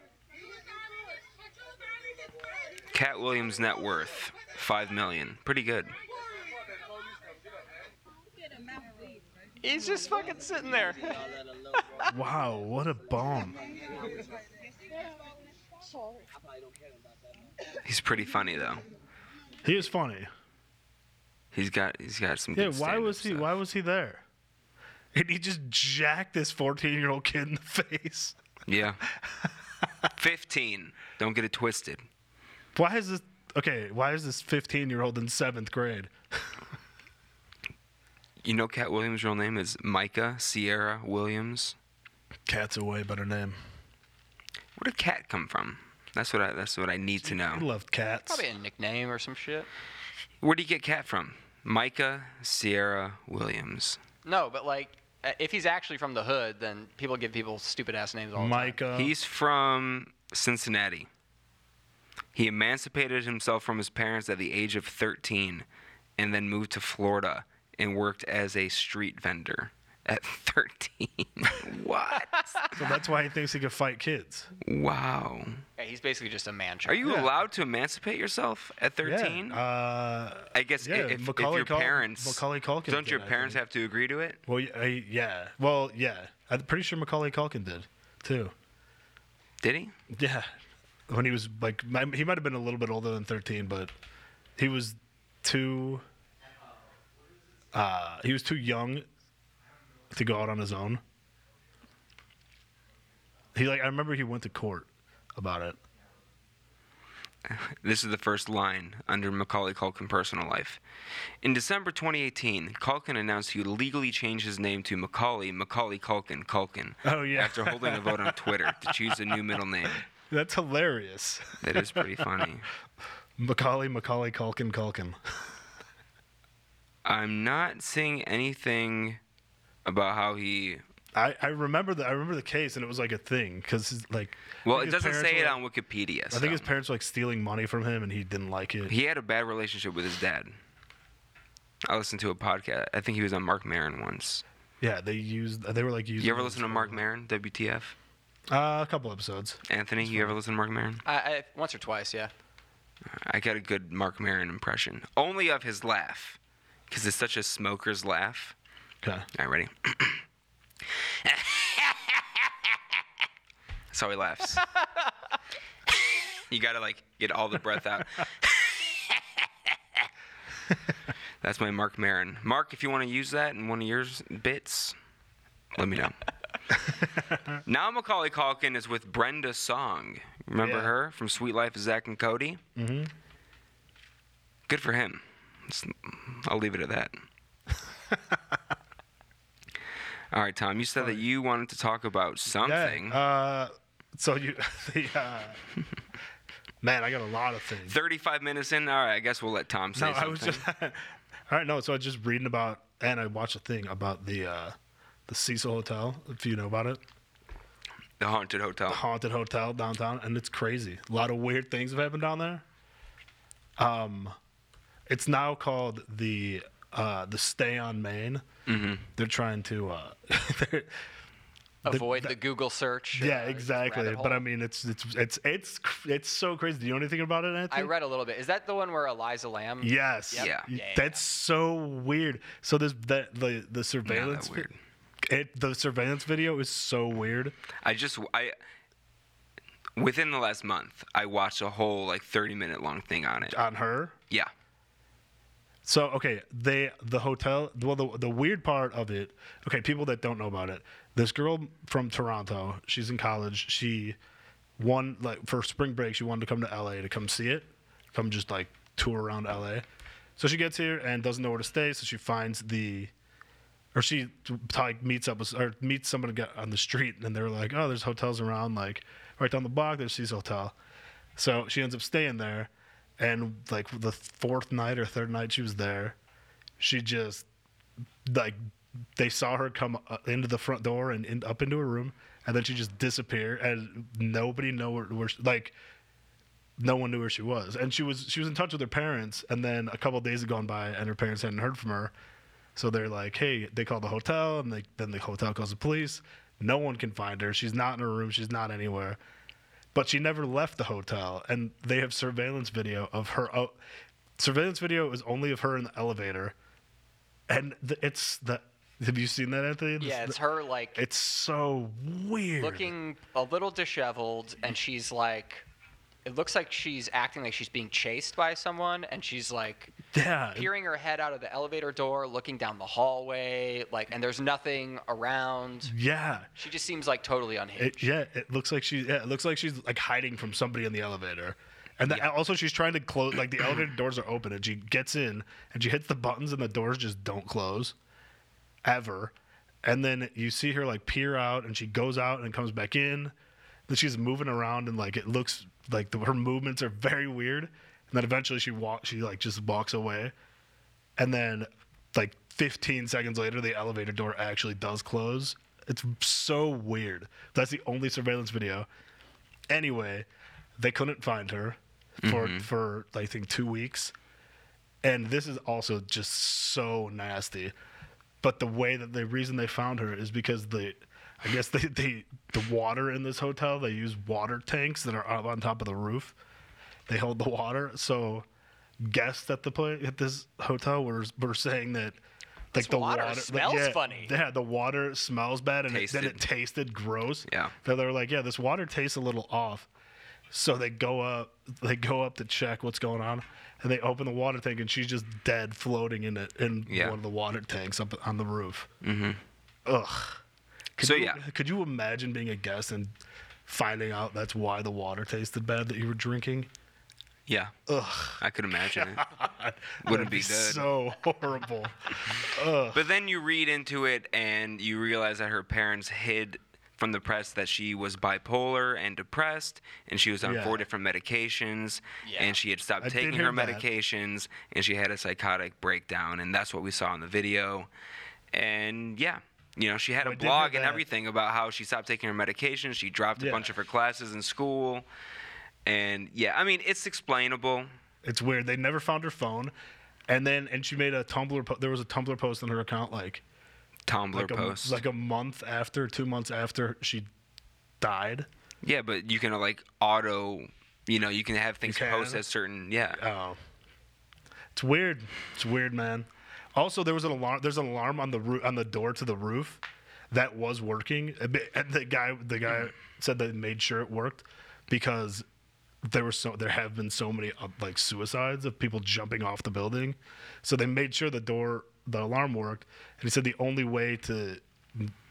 Cat Williams' net worth, five million. Pretty good. He's just fucking sitting there. Wow, what a bomb! He's pretty funny though. He was funny. He's got he's got some. Yeah, good why stand-up was he? stuff. Why was he there? And he just jacked this fourteen-year-old kid in the face. Yeah. Fifteen. Don't get it twisted. Why is this? Okay, why is this fifteen-year-old in seventh grade? You know, Cat Williams' real name is Micah Sierra Williams. Cat's a way better name. Where did Cat come from? That's what I. That's what I need to I know. loved cats. Probably a nickname or some shit. Where do you get Cat from? Micah Sierra Williams. No, but like, uh, if he's actually from the hood, then people give people stupid ass names all the time. Micah. He's from Cincinnati. He emancipated himself from his parents at the age of 13 and then moved to Florida and worked as a street vendor at 13. what? so that's why he thinks he could fight kids. Wow. Yeah, he's basically just a man Are child. you Yeah. allowed to emancipate yourself at 13? Yeah. Uh, I guess i- yeah, if, if Macaulay your Cul- parents. Macaulay Culkin Don't your did, I parents think. have to agree to it? well, y- I- yeah. Well, yeah. I'm pretty sure Macaulay Culkin did too. Did he? Yeah. When he was like, mi- he might have been a little bit older than 13, but he was too. Uh, he was too young to go out on his own. He like I remember he went to court about it. This is the first line under Macaulay Culkin personal life. In December 2018, Culkin announced he would legally change his name to Macaulay Macaulay Culkin Culkin. Oh, yeah. After holding a vote on Twitter to choose a new middle name. That's hilarious. That is pretty funny. Macaulay Macaulay Culkin Culkin. I'm not seeing anything about how he. I, I remember the I remember the case and it was like a thing because like I Well, think it his doesn't parents say were, it like- on Wikipedia. I think so. his parents were like stealing money from him and he didn't like it. He had a bad relationship with his dad. I listened to a podcast. I think he was on Mark Maron once. yeah, they used they were like using. You ever him listen for- to Mark Maron? WTF? Uh, a couple episodes. Anthony, you ever listen to Mark Maron? I, I, once or twice, yeah. I got a good Mark Maron impression, only of his laugh, because it's such a smoker's laugh. Okay. All right, ready? That's how he laughs. you gotta like get all the breath out. That's my Mark Maron. Mark, if you want to use that in one of your bits, let me know. now Macaulay Calkin is with Brenda Song. Remember Yeah. her from Sweet Life of Zach and Cody? Mm-hmm. Good for him. It's- I'll leave it at that. All right, Tom. You said that you wanted to talk about something. Yeah. Uh, so you, the, uh, man, I got a lot of things. 35 minutes in. All right, I guess we'll let Tom say No, something. I was just. all right, no. So I was just reading about, and I watched a thing about the uh, the Cecil Hotel. If you know about it, the haunted hotel. haunted hotel downtown, and it's crazy. A lot of weird things have happened down there. Um, It's now called the uh, the Stay on Main. Mm-hmm. They're trying to. Uh, they're- Avoid the, Google search. yeah, uh, exactly. rabbit But I hole. mean, it's it's it's it's cr- it's so crazy. Do you know anything about it, Anthony? I read a little bit. Is that the one where Eliza Lamb? Yes. Yep. Yeah. Y- Yeah. That's so weird. So this that the the surveillance vi- weird. It, the surveillance video is so weird. I just I within the last month I watched a whole like 30 minute long thing on it. on her. Yeah. So okay, they the hotel. Well, the the weird part of it. Okay, people that don't know about it. This girl from Toronto. She's in college. She won like for spring break. She wanted to come to LA to come see it, come just like tour around LA. So she gets here and doesn't know where to stay. So she finds the, or she like meets up with or meets somebody got- on the street and they're like, oh, there's hotels around like right down the block. There's this hotel. So she ends up staying there, and like the fourth night or third night she was there, she just like they saw her come uh, into the front door and in, up into her room, and then she just disappeared, and nobody know where, where she, like no one knew where she was, and she was she was in touch with her parents, and then a couple of days had gone by, and her parents hadn't heard from her, so they're like, hey, they call the hotel, and they, then the hotel calls the police. No one can find her. She's not in her room. She's not anywhere but she never left the hotel and they have surveillance video of her oh, surveillance video is only of her in the elevator and the, it's the have you seen that anthony This- Yeah, it's her like it's so weird looking a little disheveled, and she's like, it looks like she's acting like she's being chased by someone, and she's like yeah it- peering her head out of the elevator door, looking down the hallway, like, and there's nothing around. yeah She just seems like totally unhinged. it, yeah it looks like she yeah, it looks like she's like hiding from somebody in the elevator and the, also she's trying to close like the elevator doors are open and she gets in and she hits the buttons and the doors just don't close ever. And then you see her like peer out and she goes out and comes back in. Then she's moving around and like it looks like the, her movements are very weird. And then eventually she walks, she like just walks away. And then like 15 seconds later, the elevator door actually does close. It's so weird. That's the only surveillance video. Anyway, they couldn't find her for for I think two weeks. And this is also just so nasty. But the way that the reason they found her is because the I guess they, they the water in this hotel, they use water tanks that are up on top of the roof. They hold the water. So guests at the play at this hotel were were saying that like This water smells yeah, funny. Yeah, the water smells bad and it, then Tasted. it tasted gross. Yeah. So they're like, yeah, this water tastes a little off. So they go up, they go up to check what's going on, and they open the water tank, and she's just dead, floating in it in Yeah. one of the water tanks up on the roof. Mm-hmm. Ugh. Could So, you, yeah. Could you imagine being a guest and finding out that's why the water tasted bad that you were drinking? Yeah. Ugh. I could imagine it. Wouldn't be good. So horrible. But then you read into it and you realize that her parents hid from the press that she was bipolar and depressed and she was on Yeah. four different medications Yeah. and she had stopped I did taking hear her that. medications and she had a psychotic breakdown and that's what we saw in the video. And yeah, you know, she had Oh, I a did hear blog and that. everything about how she stopped taking her medications, she dropped a Yeah. bunch of her classes in school. And yeah, I mean, it's explainable. It's weird. They never found her phone, and then and she made a Tumblr. Po- there was a Tumblr post on her account like Tumblr like a, post. like a month after, two months after she died. Yeah, but you can uh, like auto, you know, you can have things can. post as certain. Yeah. Oh, it's weird. It's weird, man. Also, there was an alarm. There's an alarm on the roo- on the door to the roof that was working, A bit- and the guy the guy said they made sure it worked because there were so there have been so many uh, like suicides of people jumping off the building, so they made sure the door the alarm worked, and he said the only way to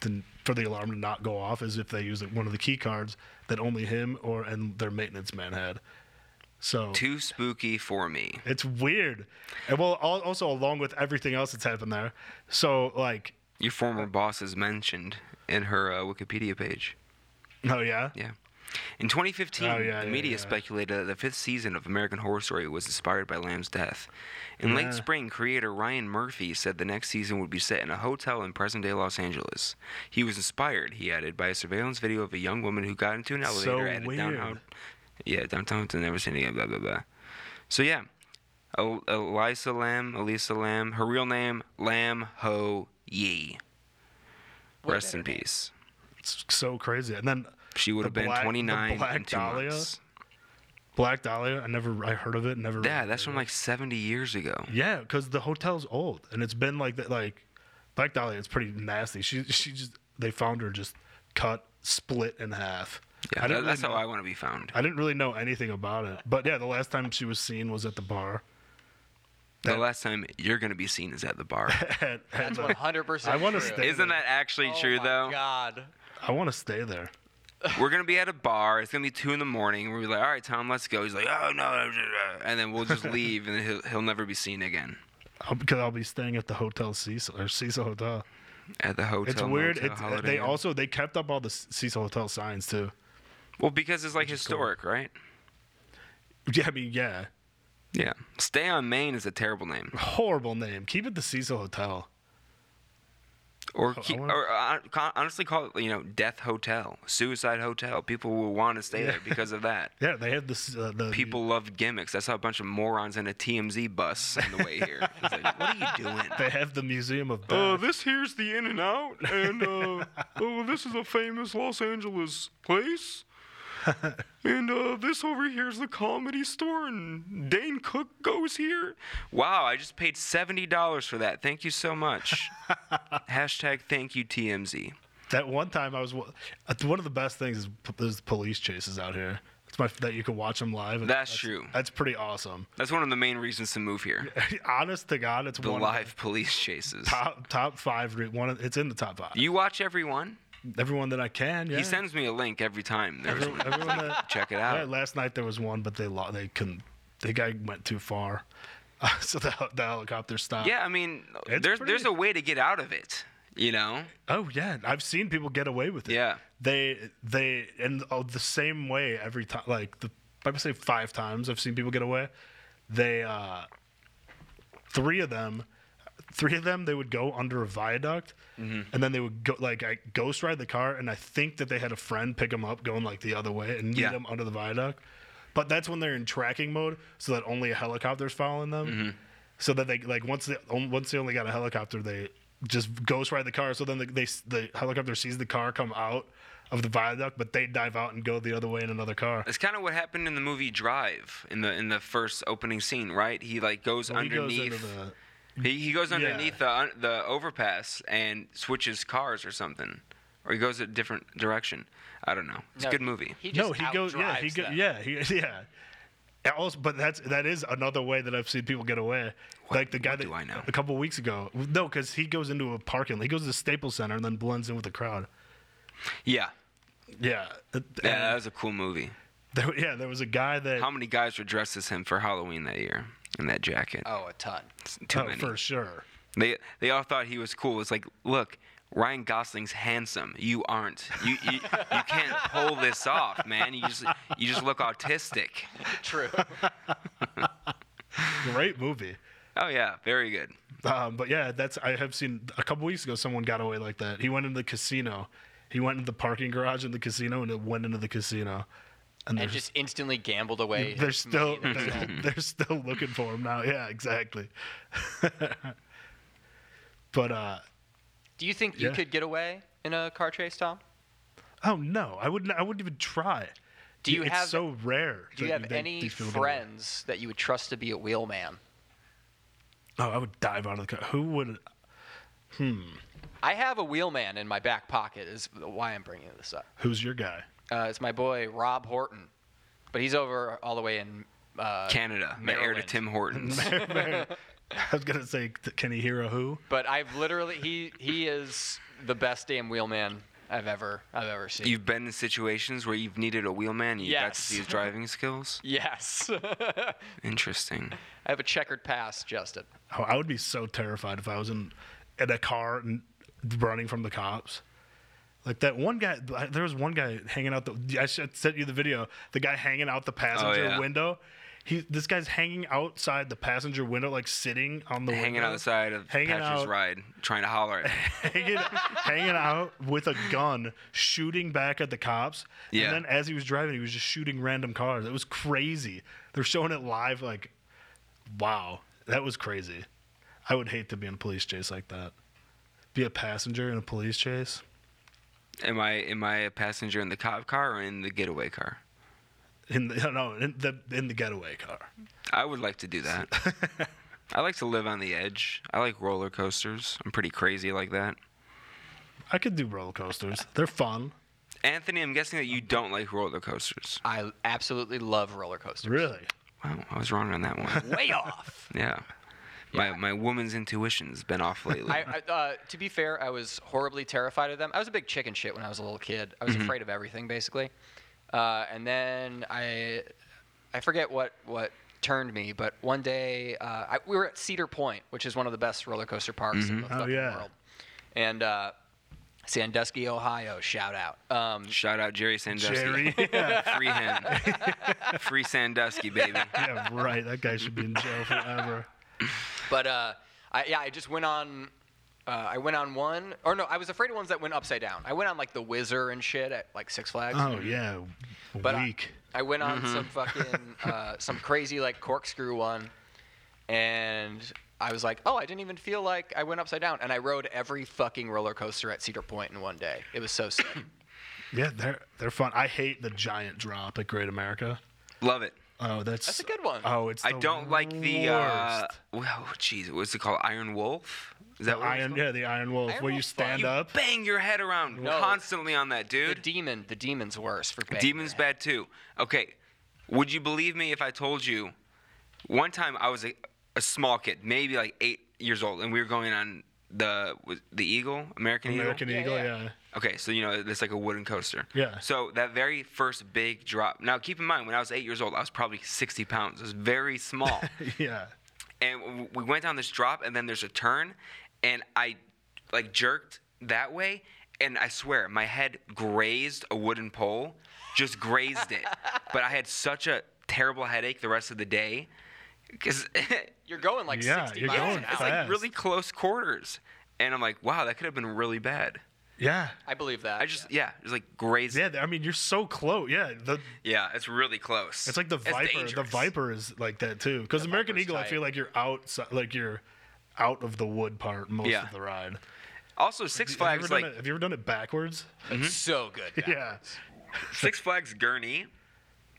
to, for the alarm to not go off is if they use like, one of the key cards that only him or and their maintenance man had. So Too spooky for me. it's weird. And well, al- also along with everything else that's happened there. So like, Your former boss is mentioned in her uh, Wikipedia page. oh yeah, Yeah. In 2015, Oh, yeah, the yeah, media yeah. speculated that the fifth season of American Horror Story was inspired by Lamb's death. In Yeah. late spring, creator Ryan Murphy said the next season would be set in a hotel in present day Los Angeles. He was inspired, he added, by a surveillance video of a young woman who got into an elevator So at a downtown. weird. Yeah, downtown to never seen again, blah, blah, blah. So, yeah, El- Elisa Lamb, Elisa Lamb. Her real name, Lam Ho Yee. Way Rest in better name. peace. It's so crazy. And then She would The have been Black- the 29 in Black two Dahlia? months. Black Dahlia, I never I heard of it. Never. Yeah, really that's heard from of it. like 70 years ago. Yeah, because the hotel's old and it's been like that. Like Black Dahlia, it's pretty nasty. She she just they found her just cut split in half. Yeah, that- really that's know- how I want to be found. I didn't really know anything about it. But yeah, the last time she was seen was at the bar. the last time you're going to be seen is at the bar. At, at That's the, 100%. I wanna true. stay- Isn't that actually Oh true, my though? God. I want to stay there. We're going to be at a bar. It's going to be 2 in the morning. We're gonna be like, all right, Tom, let's go. He's like, oh, no. uh, uh," And then we'll just leave, and then he'll, he'll never be seen again I'll, because I'll be staying at the Hotel Cecil or Cecil Hotel. at the hotel. It's weird. motel, It's, uh, Holiday they Inn. also they kept up all the C- Cecil Hotel signs too. Well, because it's like historic, right? Yeah, I mean, yeah, Yeah. Stay on Main is a terrible name. horrible name. Keep it the Cecil Hotel. Or, I keep, wanna- or uh, con- honestly, call it you know Death Hotel, Suicide Hotel. People will want to stay there because of that. Yeah, they had this uh, the People love gimmicks. That's how a bunch of morons in a TMZ bus on the way here. It's like, what are you doing? They have the Museum of Death. Uh, this here's the In and Out, and uh, oh, this is a famous Los Angeles place. And uh, this over here is the comedy store, and Dane Cook goes here. Wow, I just paid seventy dollars for that. Thank you so much. Hashtag thank you TMZ. That one time I was wa- uh, one of the best things is, p- is police chases out here. It's my that you can watch them live. and That's true. That's pretty awesome. That's one of the main reasons to move here. Honest to God, it's The one of live police chases. the top top five. Re- one of, it's in the top five. You watch every one. Everyone that I can. Yeah. He sends me a link every time. There's Everyone, one. everyone that, Check it yeah, out. last night there was one, but they lo- they couldn't. The guy went too far, so the, hel- the helicopter stopped. Yeah, I mean, It's there's pretty- there's a way to get out of it. You know. Oh yeah, I've seen people get away with it. Yeah. They they and oh, the same way every time. Like the I would say five times I've seen people get away. They uh, three of them, three of them they would go under a viaduct, Mm-hmm. and then they would go like I ghost ride the car, and I think that they had a friend pick them up going like the other way and meet Yeah. them under the viaduct. But that's when they're in tracking mode, so that only a helicopter's following them. Mm-hmm. So that they like once they on- once they only got a helicopter, they just ghost ride the car. So then the, they s- the helicopter sees the car come out of the viaduct, but they dive out and go the other way in another car. It's kind of what happened in the movie Drive in the in the first opening scene, right? He like goes He goes into underneath. the- he, he goes underneath the the overpass and switches cars or something, or he goes a different direction. I don't know. It's No, a good movie. He no, just he goes. Yeah, he outdrives go, them. yeah, he, yeah. And Also, but that's that is another way that I've seen people get away. like the guy what that do I know? a couple weeks ago. No, because he goes into a parking. He goes to the Staples Center and then blends in with the crowd. Yeah, Yeah, and- yeah, that was a cool movie. there- yeah. There was a guy that How many guys were dressed as him for Halloween that year in that jacket? Oh, a ton. It's too oh, many. for sure. They they all thought he was cool. It's like, look, Ryan Gosling's handsome. You aren't. You you, you can't pull this off, man. You just you just look autistic. True. Great movie. Oh yeah, very good. Um, but yeah, that's I have seen a couple weeks ago. Someone got away like that. He went into the casino. He went into the parking garage in the casino and it went into the casino. And, and there's- just instantly gambled away. they're his still million or they're, so. they're still looking for him now. Yeah, exactly. but uh Do you think you Yeah. could get away in a car chase, Tom? oh no, I wouldn't I wouldn't even try. Do you it's have- so rare? Do you that have that any these people get away. friends that you would trust to be a wheelman? Oh, I would dive out of the car. Who would? I have a wheelman in my back pocket. Is why I'm bringing this up. Who's your guy? Uh, it's my boy Rob Horton, but he's over all the way in. Uh, Canada, the heir to Maryland. Tim Hortons. I was gonna say, can he hear a who? but I've literally he he is the best damn wheelman I've ever I've ever seen. You've been in situations where you've needed a wheelman. You got to see his Yes. driving skills. yes, I Interesting. have a checkered past, Justin. Oh, I would be so terrified if I was in in a car and running from the cops. Like that one guy, there was one guy hanging out the. I should- sent you the video. The guy hanging out the passenger yeah. window. He, this guy's hanging outside the passenger window, like sitting on the Hanging window, outside of Hanging Patrick's out. ride, trying to holler at him. hanging, hanging out with a gun, shooting back at the cops. Yeah. And then as he was driving, he was just shooting random cars. It was crazy. They're showing it live, like Wow, that was crazy. I would hate to be in a police chase like that. Be a passenger in a police chase. Am I am I a passenger in the cop car or in the getaway car? In the, no, in the in the getaway car. I would like to do that. I like to live on the edge. I like roller coasters. I'm pretty crazy like that. I could do roller coasters. They're fun. Anthony, I'm guessing that you don't like roller coasters. I absolutely love roller coasters. Really? Wow, I was wrong on that one. Way off. Yeah. My my woman's intuition's been off lately. I, I, uh, to be fair, I was horribly terrified of them. I was a big chicken shit when I was a little kid. I was Mm-hmm. afraid of everything basically, uh, and then I, I forget what what turned me, but one day uh, I, we were at Cedar Point, which is one of the best roller coaster parks in the Oh, fucking yeah. world, and uh, Sandusky, Ohio, shout out. Um, Shout out Jerry Sandusky. Jerry. Yeah. Free him. Free Sandusky, baby. yeah, right. That guy should be in jail forever. But uh, I, yeah, I just went on. Uh, I went on one, or no, I was afraid of ones that went upside down. I went on like the Whizzer and shit at like Six Flags. Oh yeah, but I, weak. I went on Mm-hmm. some fucking uh, some crazy like corkscrew one, and I was like, oh, I didn't even feel like I went upside down, and I rode every fucking roller coaster at Cedar Point in one day. It was so sick. Yeah, they're they're fun. I hate the giant drop at Great America. Love it. Oh, that's That's a good one. Oh, it's I the don't like the uh, worst. well, jeez, what's it called? Iron Wolf? Is The that what it's iron called? yeah the Iron Wolf Iron where you Wolf's fun. stand You up. bang your head around No. constantly on that the dude. demon, the demon's worse for banging Demon's your head. bad too. Okay, would you believe me if I told you? One time I was a, a small kid, maybe like eight years old, and we were going on the was- the Eagle, American, American Eagle. Eagle, yeah. yeah. Okay, so you know it's like a wooden coaster. Yeah. So that very first big drop. Now keep in mind, when I was eight years old, I was probably 60 pounds. I was very small. yeah, and w- we went down this drop and then there's a turn and i like jerked that way and i swear my head grazed a wooden pole just grazed it but i had such a terrible headache the rest of the day because You're going like Yeah, 60 you're miles going an it's hour. like fast. really close quarters and i'm like wow that could have been really bad yeah, I believe that. i just yeah it's like grazed yeah, yeah. I mean, you're so close. Yeah, the it's really close it's like the Viper. The dangerous. Viper is like that too. Because American Viper's Eagle, I tight. feel like you're out, like you're out of the wood part most Yeah. of the ride. also six flags have you ever like done it- have you ever done it backwards? mm-hmm. It's so good. Yeah, six flags gurney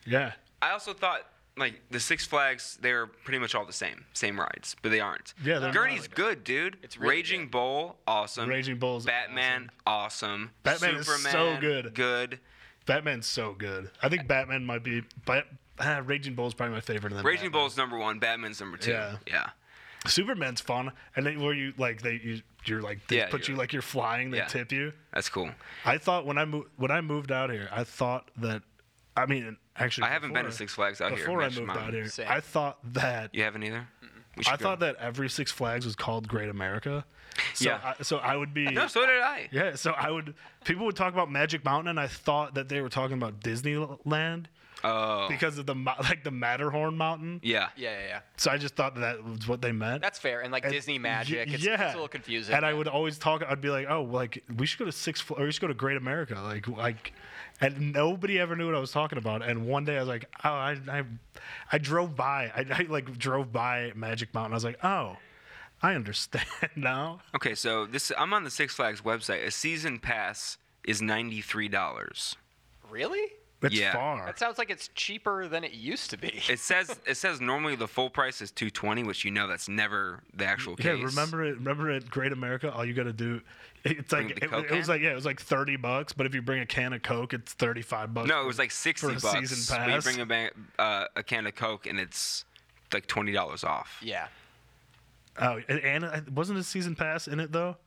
yeah. I also thought like the Six Flags, they're pretty much all the same, same rides, but they aren't. Yeah, they're Gurney's not. good, dude. It's really Raging good. Bull, awesome. Raging Bull is Batman, awesome. Batman is so Superman, good. Good. Batman's so good. I think Batman might be, but ah, Raging Bull is probably my favorite. Of them Raging Batman. Bull's number one. Batman's number two. Yeah. yeah. Superman's fun, and then where you like they you, you're like they Yeah, put you you're- like you're flying, they yeah. tip you. That's cool. I thought when I moved when I moved out here, I thought that, I mean, actually, I haven't been to before- Six Flags out here. before I Mitch, moved Mom. out here. Same. I thought that You haven't either. We I should go. thought that every Six Flags was called Great America. So Yeah. I, so I would be. No, so did I. Yeah, so I would. People would talk about Magic Mountain, and I thought that they were talking about Disneyland Oh, because of the mo- like the Matterhorn Mountain. yeah. Yeah, yeah, yeah. So I just thought that, that was what they meant. That's fair. And like And- Disney y- magic, it's, it's a little confusing. And I would always talk. I'd be like, "Oh, well, like we should go to Six Flags, or we should go to Great America." Like, like, and nobody ever knew what I was talking about. And one day I was like, "Oh, I, I, I drove by. I, I like drove by Magic Mountain. I was like, oh, I understand now. Okay, so this I'm on the Six Flags website. A season pass is ninety three dollars. really? It's Yeah. far. That sounds like it's cheaper than it used to be. It says it says normally the full price is 220, which you know that's never the actual case. yeah, remember it. Remember at Great America, all you got to do, it's like Bring it, the Coke it was in? like yeah, it was like thirty bucks. But if you bring a can of Coke, it's thirty five bucks. No, it was like 60 for a bucks. season We pass. bring a, bang, uh, a can of Coke and it's like twenty dollars off. yeah. Oh, and, and I- wasn't a season pass in it though?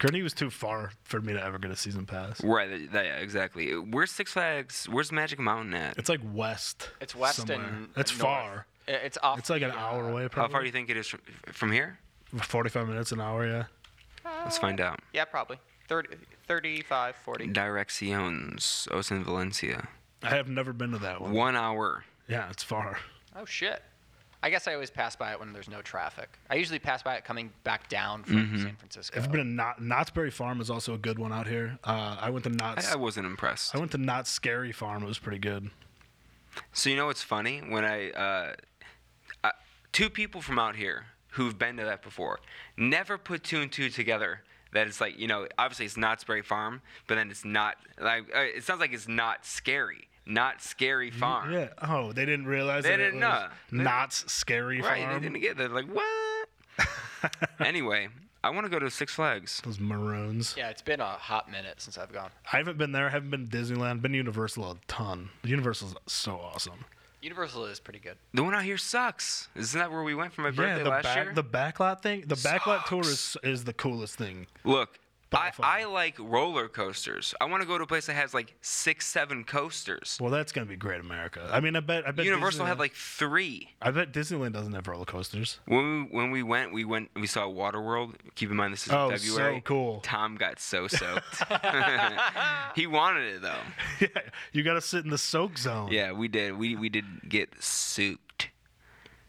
Gurney was too far for me to ever get a season pass. Right. th- that- yeah, exactly. Where's Six Flags? Where's Magic Mountain at? It's like west. It's west somewhere. and it's north. far. I- It's off. It's like an the, hour uh, away. How Probably. far do you think it is from, from here? Forty five minutes an hour. Yeah. Let's find out. Yeah, probably 30, 35, 40. Mm. Direcciones, Osan Valencia. I have never been to that one. One hour. Yeah, it's far. Oh shit. I guess I always pass by it when there's no traffic. I usually pass by it coming back down from San Francisco. I've Mm-hmm. been to Knott, Knott's Berry Farm is also a good one out here. Uh, I went to Knott's. I, I wasn't impressed. I went to Knott's Scary Farm. It was pretty good. So you know what's funny? When I, uh, I two people from out here who've been to that before never put two and two together that it's like you know obviously it's not Berry Farm, but then it's not like uh, it sounds like it's not scary, not scary farm. Yeah. Oh, they didn't realize They that didn't it know. was They- Knott's scary right. farm. They didn't get that. Like what? anyway, I want to go to Six Flags. Those maroons. Yeah, it's been a hot minute since I've gone. I haven't been there. I haven't been to Disneyland. Been to Universal a ton. Universal's so awesome. Universal is pretty good. The one out here sucks. Isn't that where we went for my birthday the last back, year? the backlot thing. The backlot tour is, is the coolest thing. Look, By I, far. I like roller coasters. I want to go to a place that has like six, seven coasters. Well, that's gonna be Great America. I mean, I bet. I bet Universal had Disneyland- like three. I bet Disneyland doesn't have roller coasters. When we, when we went, we went. We saw Waterworld. Keep in mind this is in Oh, so February. cool. Tom got so soaked. he wanted it though. yeah, you gotta sit in the soak zone. Yeah, we did. We we did get soaked.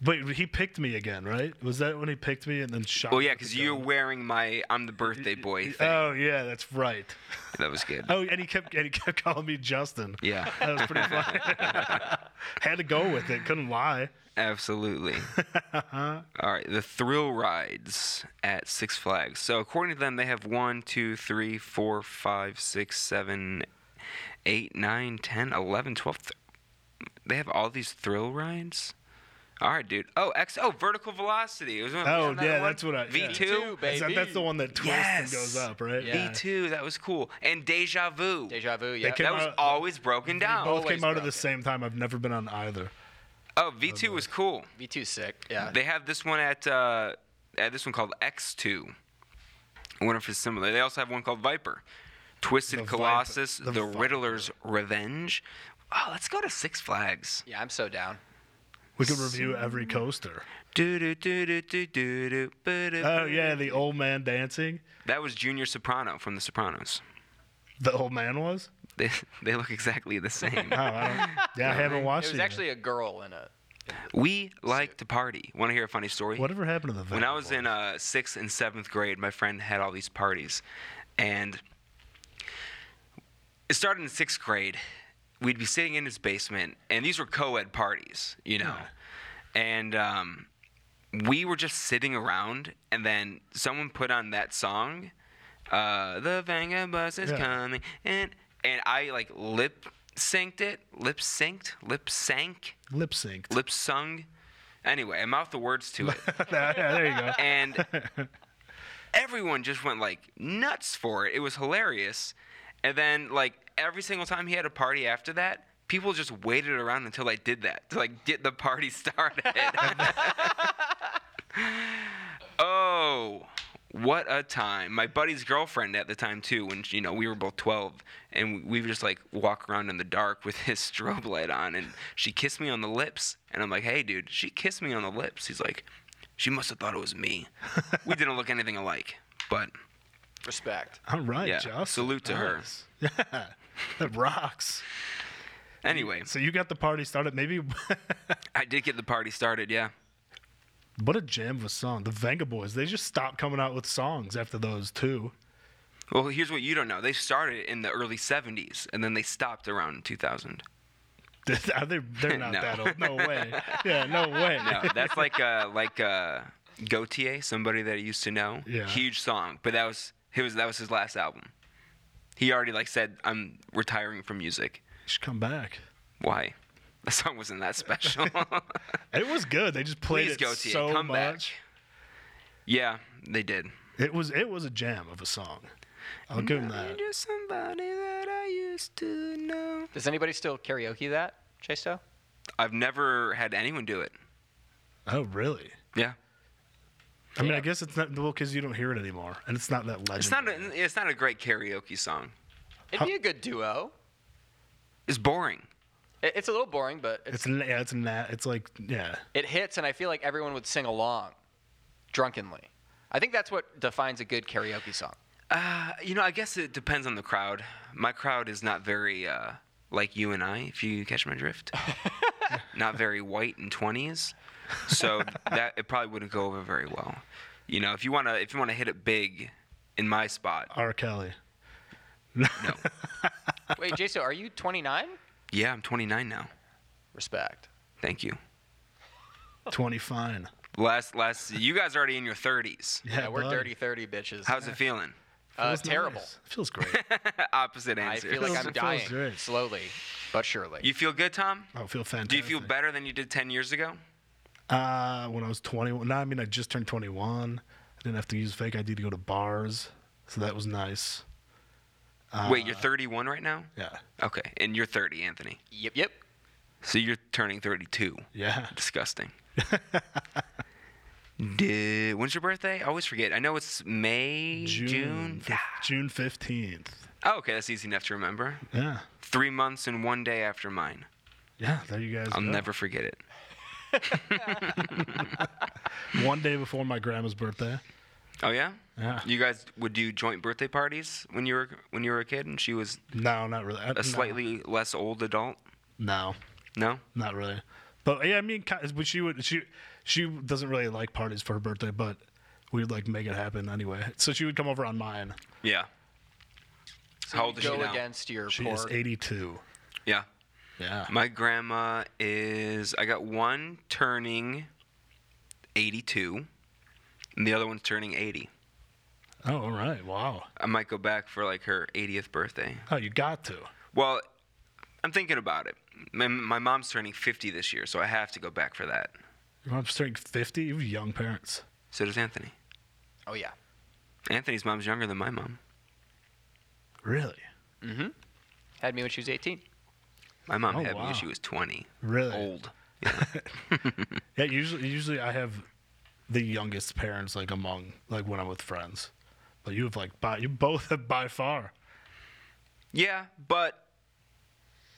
But he picked me again, right? Was that when he picked me and then shot? Well, me yeah, with the because you're gun? wearing my I'm the birthday boy thing. Oh yeah, that's right. that was good. Oh, and he kept and he kept calling me Justin. Yeah, That was pretty funny. Had to go with it. Couldn't lie. absolutely. Uh-huh. All right, the thrill rides at Six Flags. So according to them, they have one, two, three, four, five, six, seven, eight, nine, ten, eleven, twelve. Th- they have all these thrill rides. All right, dude. Oh, X. Oh, vertical velocity. Was that- Oh wasn't that yeah, one? that's what I. V yeah. two. V2. Is that- that's baby. the one that twists Yes. and goes up, right? Yeah. V two. That was cool. And deja vu. Deja vu, yeah. came that was out- always broken They down. both Always came out at the broken. same time. I've never been on either. Oh, V two was cool. V2's sick. Yeah. They have this one at uh, at this one called X2. I wonder if it's similar. They also have one called Viper, Twisted The Viper. Colossus, The The, Viper. Riddler's Revenge. Oh, let's go to Six Flags. yeah, I'm so down. We could review every coaster. Do do do do do do do. Oh yeah, the old man dancing. That was Junior Soprano from The Sopranos. The old man was. They they look exactly the same. Oh, I don't, yeah, I haven't watched It it. was yet. actually a girl in a. we like to party. Want to hear a funny story? Whatever happened to the when I was in uh, sixth and seventh grade, my friend had all these parties, and it started in sixth grade. We'd be sitting in his basement, and these were co-ed parties, you know, and um, we were just sitting around, and then someone put on that song, uh, "The Vanga Bus is Yeah. coming," and and I like lip synced it, lip synced, lip sank, lip synced. lip sung. Anyway, I mouthed the words to it yeah, there you go. and everyone just went like nuts for it. It was hilarious. And then like every single time he had a party after that, people just waited around until I did that to like get the party started. oh, what a time. My buddy's girlfriend at the time too when you know we were both 12 and we would just like walk around in the dark with his strobe light on and she kissed me on the lips and I'm like, "Hey dude, she kissed me on the lips." He's like, "She must have thought it was me." we didn't look anything alike, but Respect. All right, Yeah, Justin. salute to her. her. Yeah, that rocks. anyway, So you got the party started. Maybe I did get the party started, yeah. what a jam of a song. The Venga Boys. They just stopped coming out with songs after those two. Well, here's what you don't know. They started in the early 70s and then they stopped around 2000. Are they? They're not No. that old. No way. Yeah, no way. No, that's like uh like uh Gautier, somebody that I used to know. Yeah. Huge song, but that was he was that was his last album. He already like said I'm retiring from music. Should come back. Why? The song wasn't that special. It was good. They just played Please it Gautier, so come back. much. Yeah, they did. It was it was a jam of a song. I'll give them that. You're somebody that I used to know. Does anybody still karaoke that, Chasto? I've never had anyone do it. Oh, really? Yeah. I mean, I guess it's not well because you don't hear it anymore, and it's not that legendary. It's not a, it's not a great karaoke song. It'd be a good duo. It's boring. It, it's a little boring, but it's, It's n- yeah, it's na- It's like yeah. it hits, and I feel like everyone would sing along drunkenly. I think that's what defines a good karaoke song. Uh, you know, I guess it depends on the crowd. My crowd is not very uh, like you and I, if you catch my drift. not very white in twenties, so that it probably wouldn't go over very well. You know, if you wanna if you wanna hit it big, in my spot, R. Kelly. no. Wait, Jaso, are you 29? Yeah, I'm 29 now. Respect. Thank you. Twenty fine. Last, last, you guys are already in your 30s. Yeah, we're bud. dirty thirty bitches. How's it feeling? uh, Feels terrible. nice. Feels great. Opposite I answer. feel like I'm Feels- feels dying great. slowly, but surely. You feel good, Tom? I feel fantastic. Do you feel better than you did 10 years ago? Uh, when I was 21. No, I mean, I just turned 21. I didn't have to use fake ID to go to bars. So that was nice. Uh, Wait, you're 31 right now? Yeah. Okay, and you're 30, Anthony. yep, yep. So you're turning 32. Yeah. Disgusting. Dude, when's your birthday? I always forget. I know it's May, June. fif- June 15th. Oh, okay, that's easy enough to remember. Yeah. Three months and one day after mine. Yeah. There you guys I'll go. never forget it. One day before my grandma's birthday. Oh yeah? Yeah. You guys would do joint birthday parties when you were when you were a kid and she was No, not really. I- a no. slightly less old adult? No, No? not really. But yeah, I mean, ki- but she would. She she doesn't really like parties for her birthday, but we'd like make it happen anyway. So she would come over on mine. Yeah. So How you old is she go now? against your She poor. is 82. Yeah. Yeah. My grandma is I got one turning 82 and the other one's turning 80. Oh, all right. Wow. I might go back for like her 80th birthday. Oh, you got to. Well, I'm thinking about it. My, my mom's turning 50 this year, so I have to go back for that. Your mom's turning 50. You have young parents. So does Anthony. Oh yeah. Anthony's mom's younger than my mom. Really? Had me when she was 18. My mom Oh, had me wow. when she was 20. Really? Old. Yeah. Usually, usually I have the youngest parents like among like when I'm with friends, but you have like by you both have by far. Yeah, but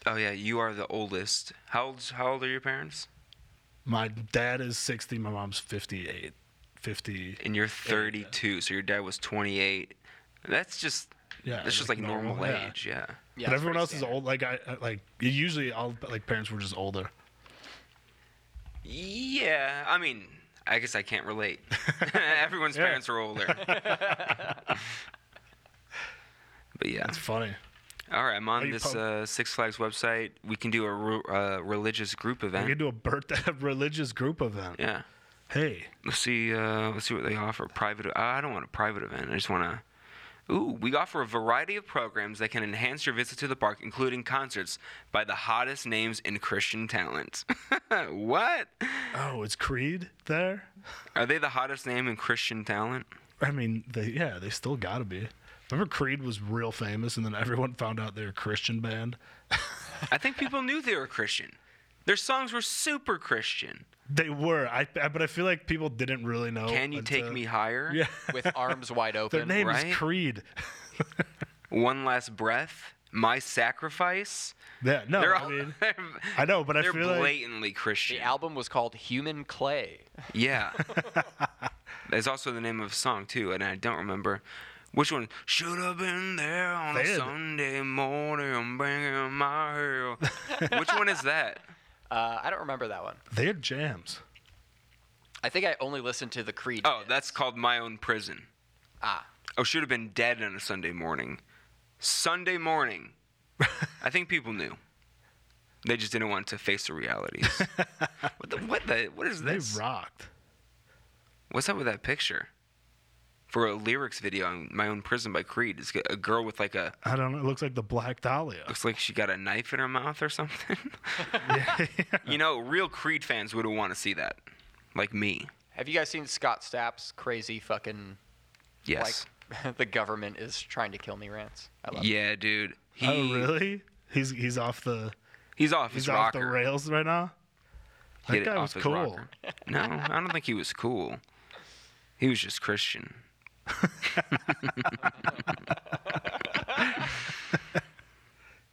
oh yeah, you are the oldest. How old? How old are your parents? My dad is 60. My mom's 58. 50. And you're 32, so your dad was 28. That's just Yeah. that's just like normal, yeah. age. Yeah. Yeah, but it's everyone pretty else standard. is old. Like I I- like usually all like parents were just older. Yeah. I mean, I guess I can't relate. Everyone's Yeah. parents are older. but yeah. It's funny. All right, I'm on you this pub- uh, Six Flags website. We can do a ru- uh, religious group We could event. do a birthday a religious group event. Yeah. Hey, Let's see. Uh, let's see what they offer. Private. uh, I don't want a private event. I just want to. Ooh, we offer a variety of programs that can enhance your visit to the park, including concerts by the hottest names in Christian talent. what? oh, is Creed there? Are they the hottest name in Christian talent? I mean, they yeah, they still gotta be. Remember, Creed was real famous, and then everyone found out they're a Christian band. I think people knew they were Christian. Their songs were super Christian. They were, I, I but I feel like people didn't really know. Can you take until- me higher? uh, Yeah, with arms wide their open. name right? is Creed. One last breath. My sacrifice. Yeah, no, They're I all. mean, they're, I know, but I they're feel like blatantly Christian. The album was called Human Clay. Yeah. That's also the name of a song too, and I don't remember which one. Should have been there on They a had- Sunday morning, banging my hair. which one is that? Uh, I don't remember that one. they had jams. I think I only listened to the Creed. Oh, that's called My Own Prison. ah. Oh, should have been dead on a Sunday morning. Sunday morning. I think people knew. They just didn't want to face the realities. what the? What the? What is They this? rocked. What's up with that picture? For a lyrics video on My Own Prison by Creed, it's a girl with like a I don't know. It looks like the Black Dahlia. Looks like she got a knife in her mouth or something. You know, real Creed fans would want to see that, like me. Have you guys seen Scott Stapp's crazy fucking Yes. like the government is trying to kill me rants? I love it. yeah, dude. He, oh, really? He's he's off the He's off he's his off rocker. the rails right now. He That did it guy off was his cool. rocker. No, I don't think he was cool. He was just Christian.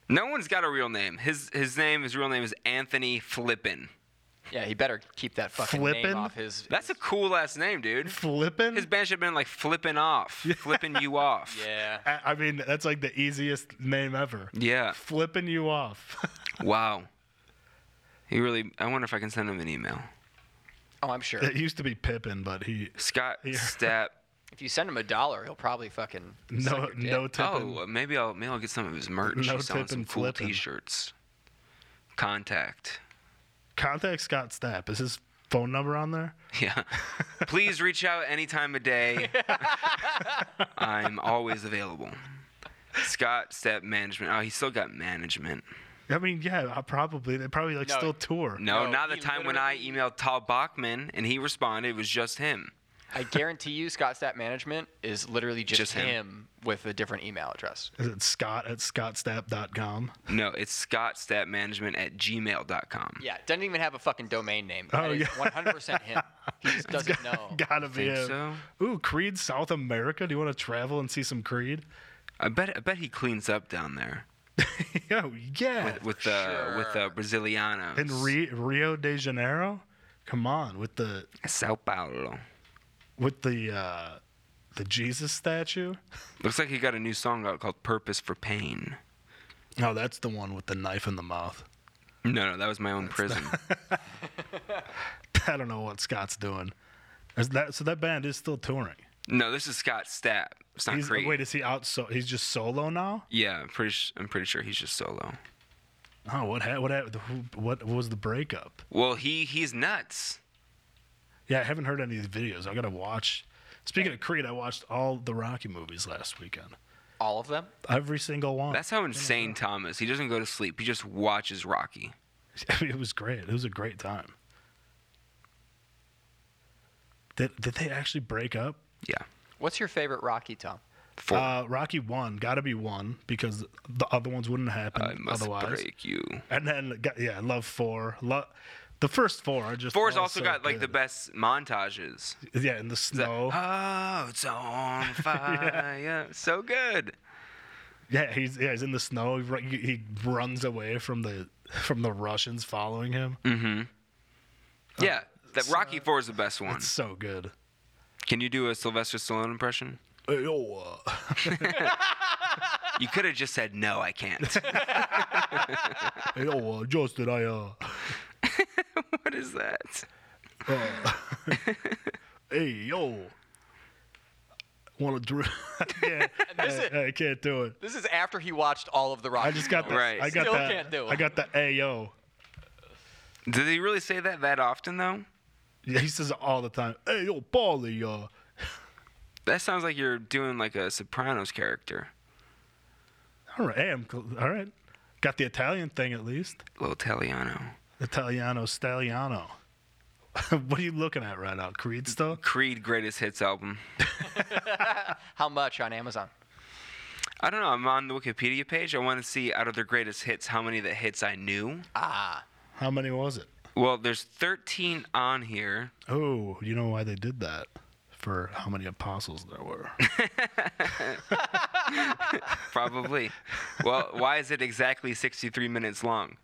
no one's got a real name. His his name his real name is Anthony Flippin. Yeah, he better keep that fucking name Flippin'? off his. That's a cool last name, dude. Flipping. His band should have been like flipping off, flipping you off. yeah. I I mean, that's like the easiest name ever. Yeah. Flipping you off. Wow. He really. I wonder if I can send him an email. Oh, I'm sure. it used to be Pippin, but he Scott Yeah. Stapp. If you send him a dollar, he'll probably fucking. suck no your dick. no tipping. Oh, uh, maybe I'll maybe I'll get some of his merch. No He's selling some tippin' cool flippin'. T-shirts. Contact. Contact Scott Stapp. Is his phone number on there. Yeah. Please reach out any time of day. I'm always available. Scott Step Management. Oh, he's still got management. I mean, yeah, I probably they probably like No. still tour. No, No, not the he time when I literally- emailed Tal Bachman and he responded. It was just him. I guarantee you, Scott Stat Management is literally just, Just him. him. with a different email address. Is it Scott at scottstap.com? No, it's Scott Step Management at gmail.com. Yeah, doesn't even have a fucking domain name. Oh, That is yeah. 100% him. He just doesn't know. Gotta be Think it. so? Ooh, Creed, South America. Do you want to travel and see some Creed? I bet I bet he cleans up down there Yo, yeah. with the with the Sure. Brazilianos. In Ri- Rio de Janeiro, come on with the Sao Paulo. with the uh, the Jesus statue. Looks like he got a new song out called Purpose for Pain. Oh, that's the one with the knife in the mouth. No, no, that was my own prison. I don't know what Scott's doing. Is that so? That band is still touring. no, this is Scott Stapp. It's not He's, Creed. wait, is he out? So he's just solo now. Yeah, I'm pretty, sh- I'm pretty sure he's just solo. Oh, what ha- what ha- who, what was the breakup? Well, he he's nuts. Yeah, I haven't heard any of the videos. I gotta watch. Speaking of Creed, I watched all the Rocky movies last weekend. All of them? Every single one. That's how insane Tom is. He doesn't go to sleep. He just watches Rocky. I mean, it was great. It was a great time. Did did they actually break up? Yeah. What's your favorite Rocky, Tom? Four. Uh, Rocky one got to be one because the other ones wouldn't happen I must otherwise. break you. And then got, yeah, I love four. Love the first four are just Four's all also so got like the good. best montages. yeah in the It's like, snow. oh, it's on fire. yeah. So good. Yeah, he's yeah, he's in the snow. He, ru- he he runs away from the from the Russians following him. Yeah. That Rocky Four is the best one. Oh, It's so good. Can you do a Sylvester Stallone impression? Hey, yo, uh, You could have just said no, I can't. hey, yo, uh, Justin, I uh, what is that? uh hey yo, want to drink? yeah, this is- I, I can't do it. This is after he watched all of the Rocky I just got the movies. Right. I got Still that. can't do it. I got the ayo. Did he really say that that often though? Yeah, he says it all the time. Hey yo, Paulie, uh, That sounds like you're doing like a Sopranos character. all right, hey, I'm cool. all right. Got the Italian thing at least. Little Italiano. Italiano Stalliano. what are you looking at right now? Creed still? Creed greatest hits album. How much on Amazon? I don't know. I'm on the Wikipedia page. I want to see out of their greatest hits how many of the hits I knew. Ah, How many was it? Well, there's 13 on here. Oh, you know why they did that? For how many apostles there were. Probably. well, why is it exactly 63 minutes long?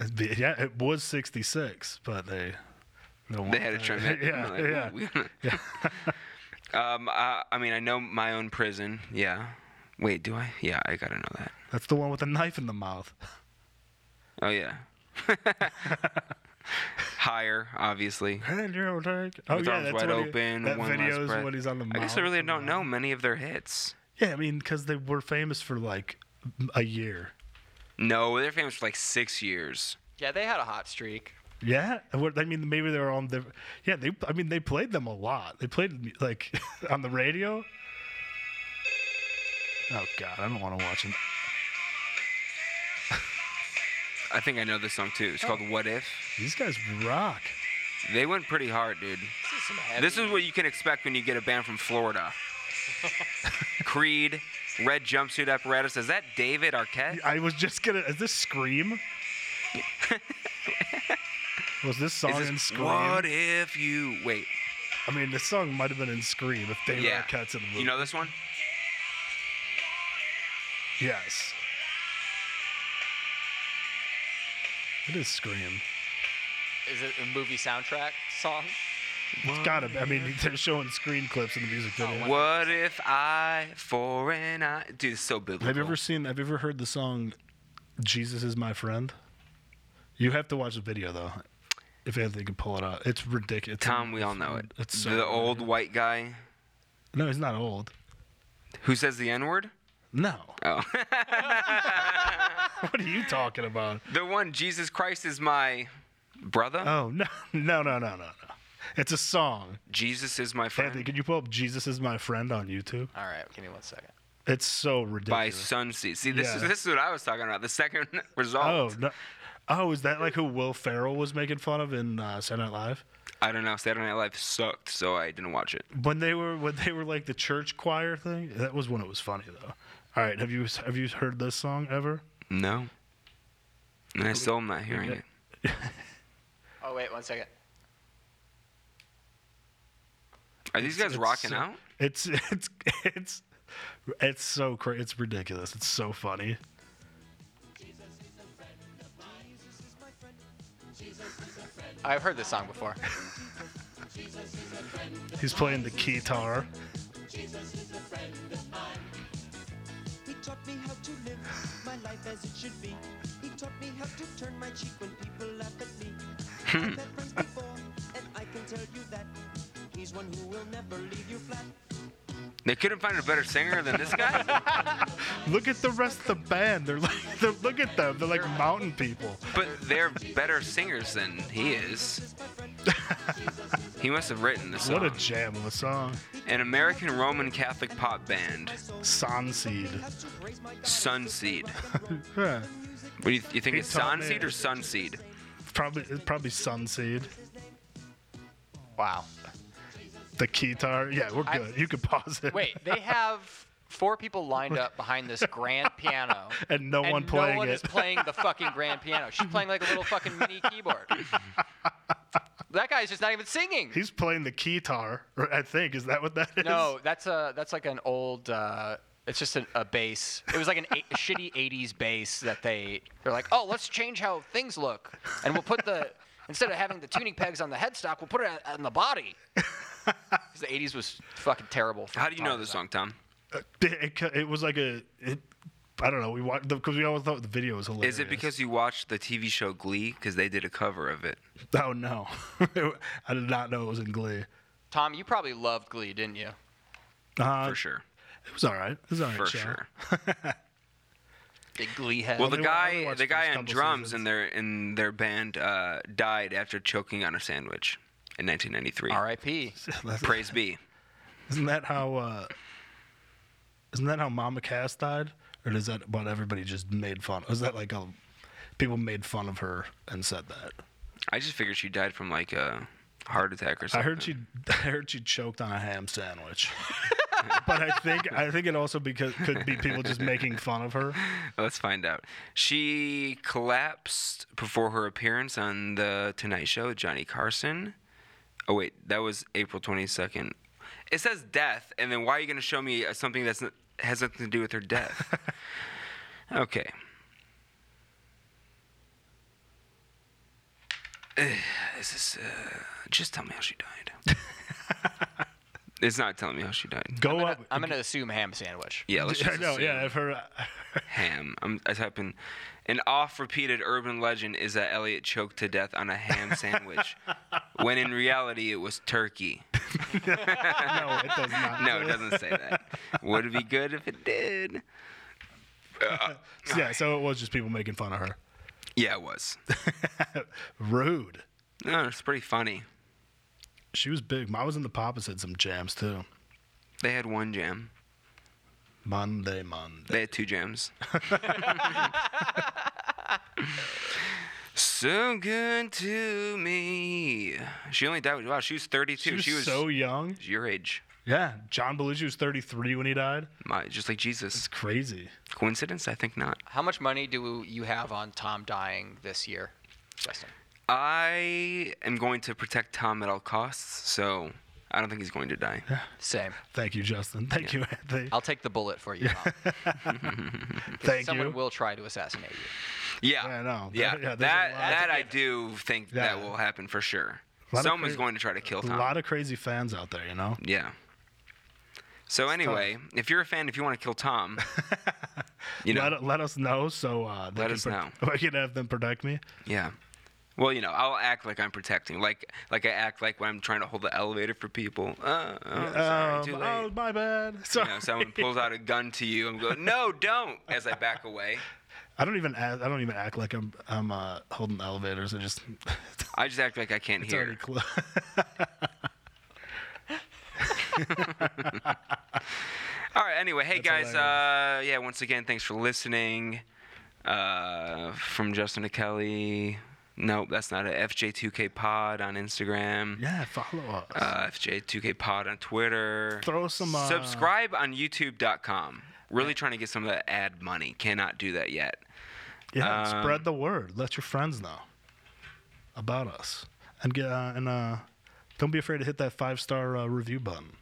It'd be- yeah, it was 66, but they. uh, They had to trim it. yeah, They're like, yeah. "Ooh, we gotta-" um, I, I mean, I know my own prison. Yeah. Wait, do I? Yeah, I gotta know that. That's the one with the knife in the mouth. Oh yeah. Higher, obviously. And you're all like- Oh, With yeah, arms that's wide when he- open, that one video last is breath. when he's on the I guess I mouth really and don't all. know many of their hits. Yeah, I mean, because they were famous for like a year. No, they're famous for like six years. yeah, they had a hot streak. Yeah, what- I mean, maybe they were on the. Yeah, they. I mean, they played them a lot. They played like on the radio. Oh God, I don't want to watch them. I think I know this song too. It's called What If. These guys rock. They went pretty hard, dude. This is some heavy. This is what you can expect when you get a band from Florida. Creed, red jumpsuit apparatus. Is that David Arquette? I was just gonna. Is this Scream? was Is this song this- in Scream? what if you wait? I mean, this song might have been in Scream if David yeah, Arquette's in the movie. you know this one? Yes. It is Scream. Is it a movie soundtrack song? It's gotta be. I mean, they're showing screen clips in the music video. What if I for an I? Dude, it's so biblical. Have you ever seen? Have you ever heard the song "Jesus Is My Friend"? You have to watch the video though, if Anthony can pull it out. It's ridiculous. Tom, we all know it. It's so the old white guy No, he's not old. who says the N word. No. Oh, What are you talking about? the one Jesus Christ is my brother. Oh no, no, no, no, no, no. It's a song. Jesus is my Anthony, friend can you pull up "Jesus Is My Friend" on YouTube? All right, give me one second. It's so by ridiculous. Sunseed. See, this is Yeah. this is what I was talking about. The second oh result. no. Oh, is that like who Will Ferrell was making fun of in uh, Saturday Night Live? I don't know. Saturday Night Live sucked, so I didn't watch it. When they were when they were like the church choir thing. That was when it was funny though. All right, have you have you heard this song ever? No. And I still am not hearing it. Oh wait, one second. Are these guys It's rocking so- out? It's it's it's it's so cra- it's ridiculous. It's so funny. I've heard this song before. He's playing the guitar. He taught me how to live my life as it should be. He taught me how to turn my cheek when people laugh at me. I've had friends before, and I can tell you that he's one who will never leave you flat. They couldn't find a better singer than this guy. Look at the rest of the band. They're like they're, look at them. They're like mountain people. but they're better singers than he is. he must have written this What song. a jam of a song. An American Roman Catholic pop band, Sunseed. Sunseed. Yeah. What do you, you think He it's taught me- Sunseed or Sunseed? Probably it's probably Sunseed. Wow. The guitar. Yeah, we're I- good. you could pause it. Wait, they have four people lined up behind this grand piano. And no one playing no one it. is playing the fucking grand piano. She's playing like a little fucking mini keyboard. that guy's just not even singing. He's playing the guitar. Or I think is that what that is? no, that's a that's like an old. Uh, it's just an, a bass. It was like an eight, shitty '80s bass that they they're like, oh, let's change how things look, and we'll put the instead of having the tuning pegs on the headstock, we'll put it on, on the body. 'Cause the '80s was fucking terrible. for How do you know guitar this design. song, Tom? It, it, it was like a. It, I don't know. We watched because we always thought the video was hilarious. Is it because you watched the TV show Glee? Because they did a cover of it. Oh no, I did not know it was in Glee. Tom, you probably loved Glee, didn't you? Uh, For sure. It was all right. It was all right. For show. sure. Big Glee head. Well, the only wa- I only guy, watched the the guy first on couple drums in seasons. their in their band uh, died after choking on a sandwich in 1993. R.I.P. That's- Praise be. Isn't that how? Uh, isn't that how Mama Cass died? Or is that what everybody just made fun? Was that like a people made fun of her and said that? I just figured she died from like a heart attack or I something. heard she, I heard she choked on a ham sandwich. but I think I think it also because could be people just making fun of her. Let's find out. She collapsed before her appearance on the Tonight Show with Johnny Carson. Oh wait, that was April 22nd. It says death, and then why are you going to show me uh, something that's n- has nothing to do with her death? okay. Ugh, This is uh, just tell me how she died. it's not telling me how she died. Go I'm gonna- up. I'm gonna assume ham sandwich. Yeah, let's I just know. assume Yeah, I've heard. ham. I'm, I type in an oft-repeated urban legend is that Elliot choked to death on a ham sandwich, when in reality it was turkey. No, it does not. No, it doesn't say that. Would it be good if it did? Yeah, so it was just people making fun of her. Yeah, it was. Rude. No, it's pretty funny. She was big. Mine was in the Papas had some jams too. They had one jam. Monday, Monday. They had two jams. so good to me. She only died. Wow, she was 32. She was, so young. your age. Yeah, John Belushi was 33 when he died. My, just like Jesus. It's crazy. Coincidence? I think not. How much money do you have on Tom dying this year, Justin? I am going to protect Tom at all costs, so I don't think he's going to die. Same. Thank you, Justin. Thank you, Anthony. I'll take the bullet for you, Tom. 'cause Thank Someone you. will try to assassinate you. Yeah, I know. Yeah, Yeah, there's a that lot that of- I do think that Yeah. will happen for sure. Lot of Someone's cra- going to try to kill A Tom. lot of crazy fans out there, you know. yeah. So anyway, if you're a fan, if you want to kill Tom, you know, Let, let us know so uh, they Let can us I can have them protect me. yeah. Well, you know, I'll act like I'm protecting, like like I act like when I'm trying to hold the elevator for people. Uh, oh, sorry, Um, too late. oh, my bad. you Sorry. know, someone pulls out a gun to you. I'm going, no, don't, as I back away. I don't even act, I don't even act like I'm I'm uh, holding elevators. I just I just act like I can't it's already hear. closed. All right. Anyway, hey That's guys. Uh, yeah. Once again, thanks for listening. Uh, from Justin to Kelly. Nope, that's not it. FJ2K Pod on Instagram. yeah, follow us. Uh, FJ2K Pod on Twitter. Throw some, uh, Subscribe on YouTube.com. Really trying to get some of that ad money. Cannot do that yet. yeah, um, spread the word. Let your friends know about us, and get uh, and uh, don't be afraid to hit that five star uh, review button.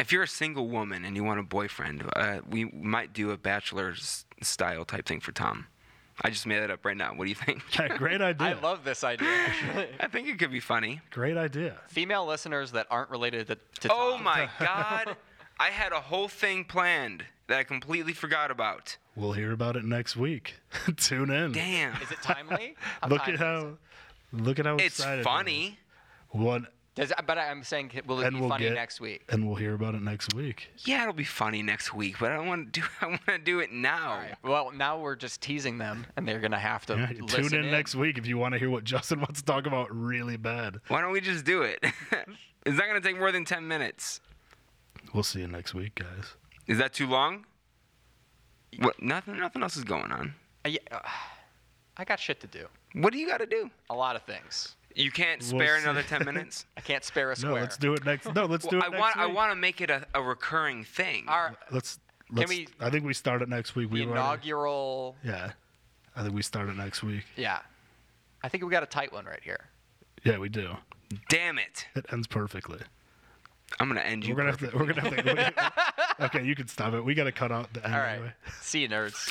If you're a single woman and you want a boyfriend, uh, we might do a bachelor s- style type thing for Tom. I just made that up right now. What do you think? Yeah, great idea. I love this idea. actually. I think it could be funny. great idea. Female listeners that aren't related to, to Oh Tom. my God. I had a whole thing planned that I completely forgot about. We'll hear about it next week. Tune in. Damn. Is it timely? Look timely at is it? how look at how It's excited it is. funny. What Does, but I'm saying, will it and be we'll funny get next week? and we'll hear about it next week. Yeah, it'll be funny next week, but I don't want to do I want to do it now. Alright, Well, now we're just teasing them, and they're gonna have to Yeah, listen tune in, next week if you want to hear what Justin wants to talk about really bad. Why don't we just do it? It's not going to take more than 10 minutes. We'll see you next week, guys. Is that too long? What, nothing nothing else is going on. Uh, yeah, uh, I got shit to do. What do you got to do? A lot of things. You can't We'll spare see. another 10 minutes? I can't spare a No, square. let's do it next. No, let's do Well, I it next want I week. want to make it a, a recurring thing. Our Let's. let's we- I think we start it next week. the We were. inaugural. Yeah, I think we start it next week. Yeah, I think we got a tight one right here. Yeah, we do. Damn it. It ends perfectly. I'm going to end you. We're gonna have to. We're gonna have to. okay, you can stop it. We gotta cut out the end. All right. Anyway. See you, nerds.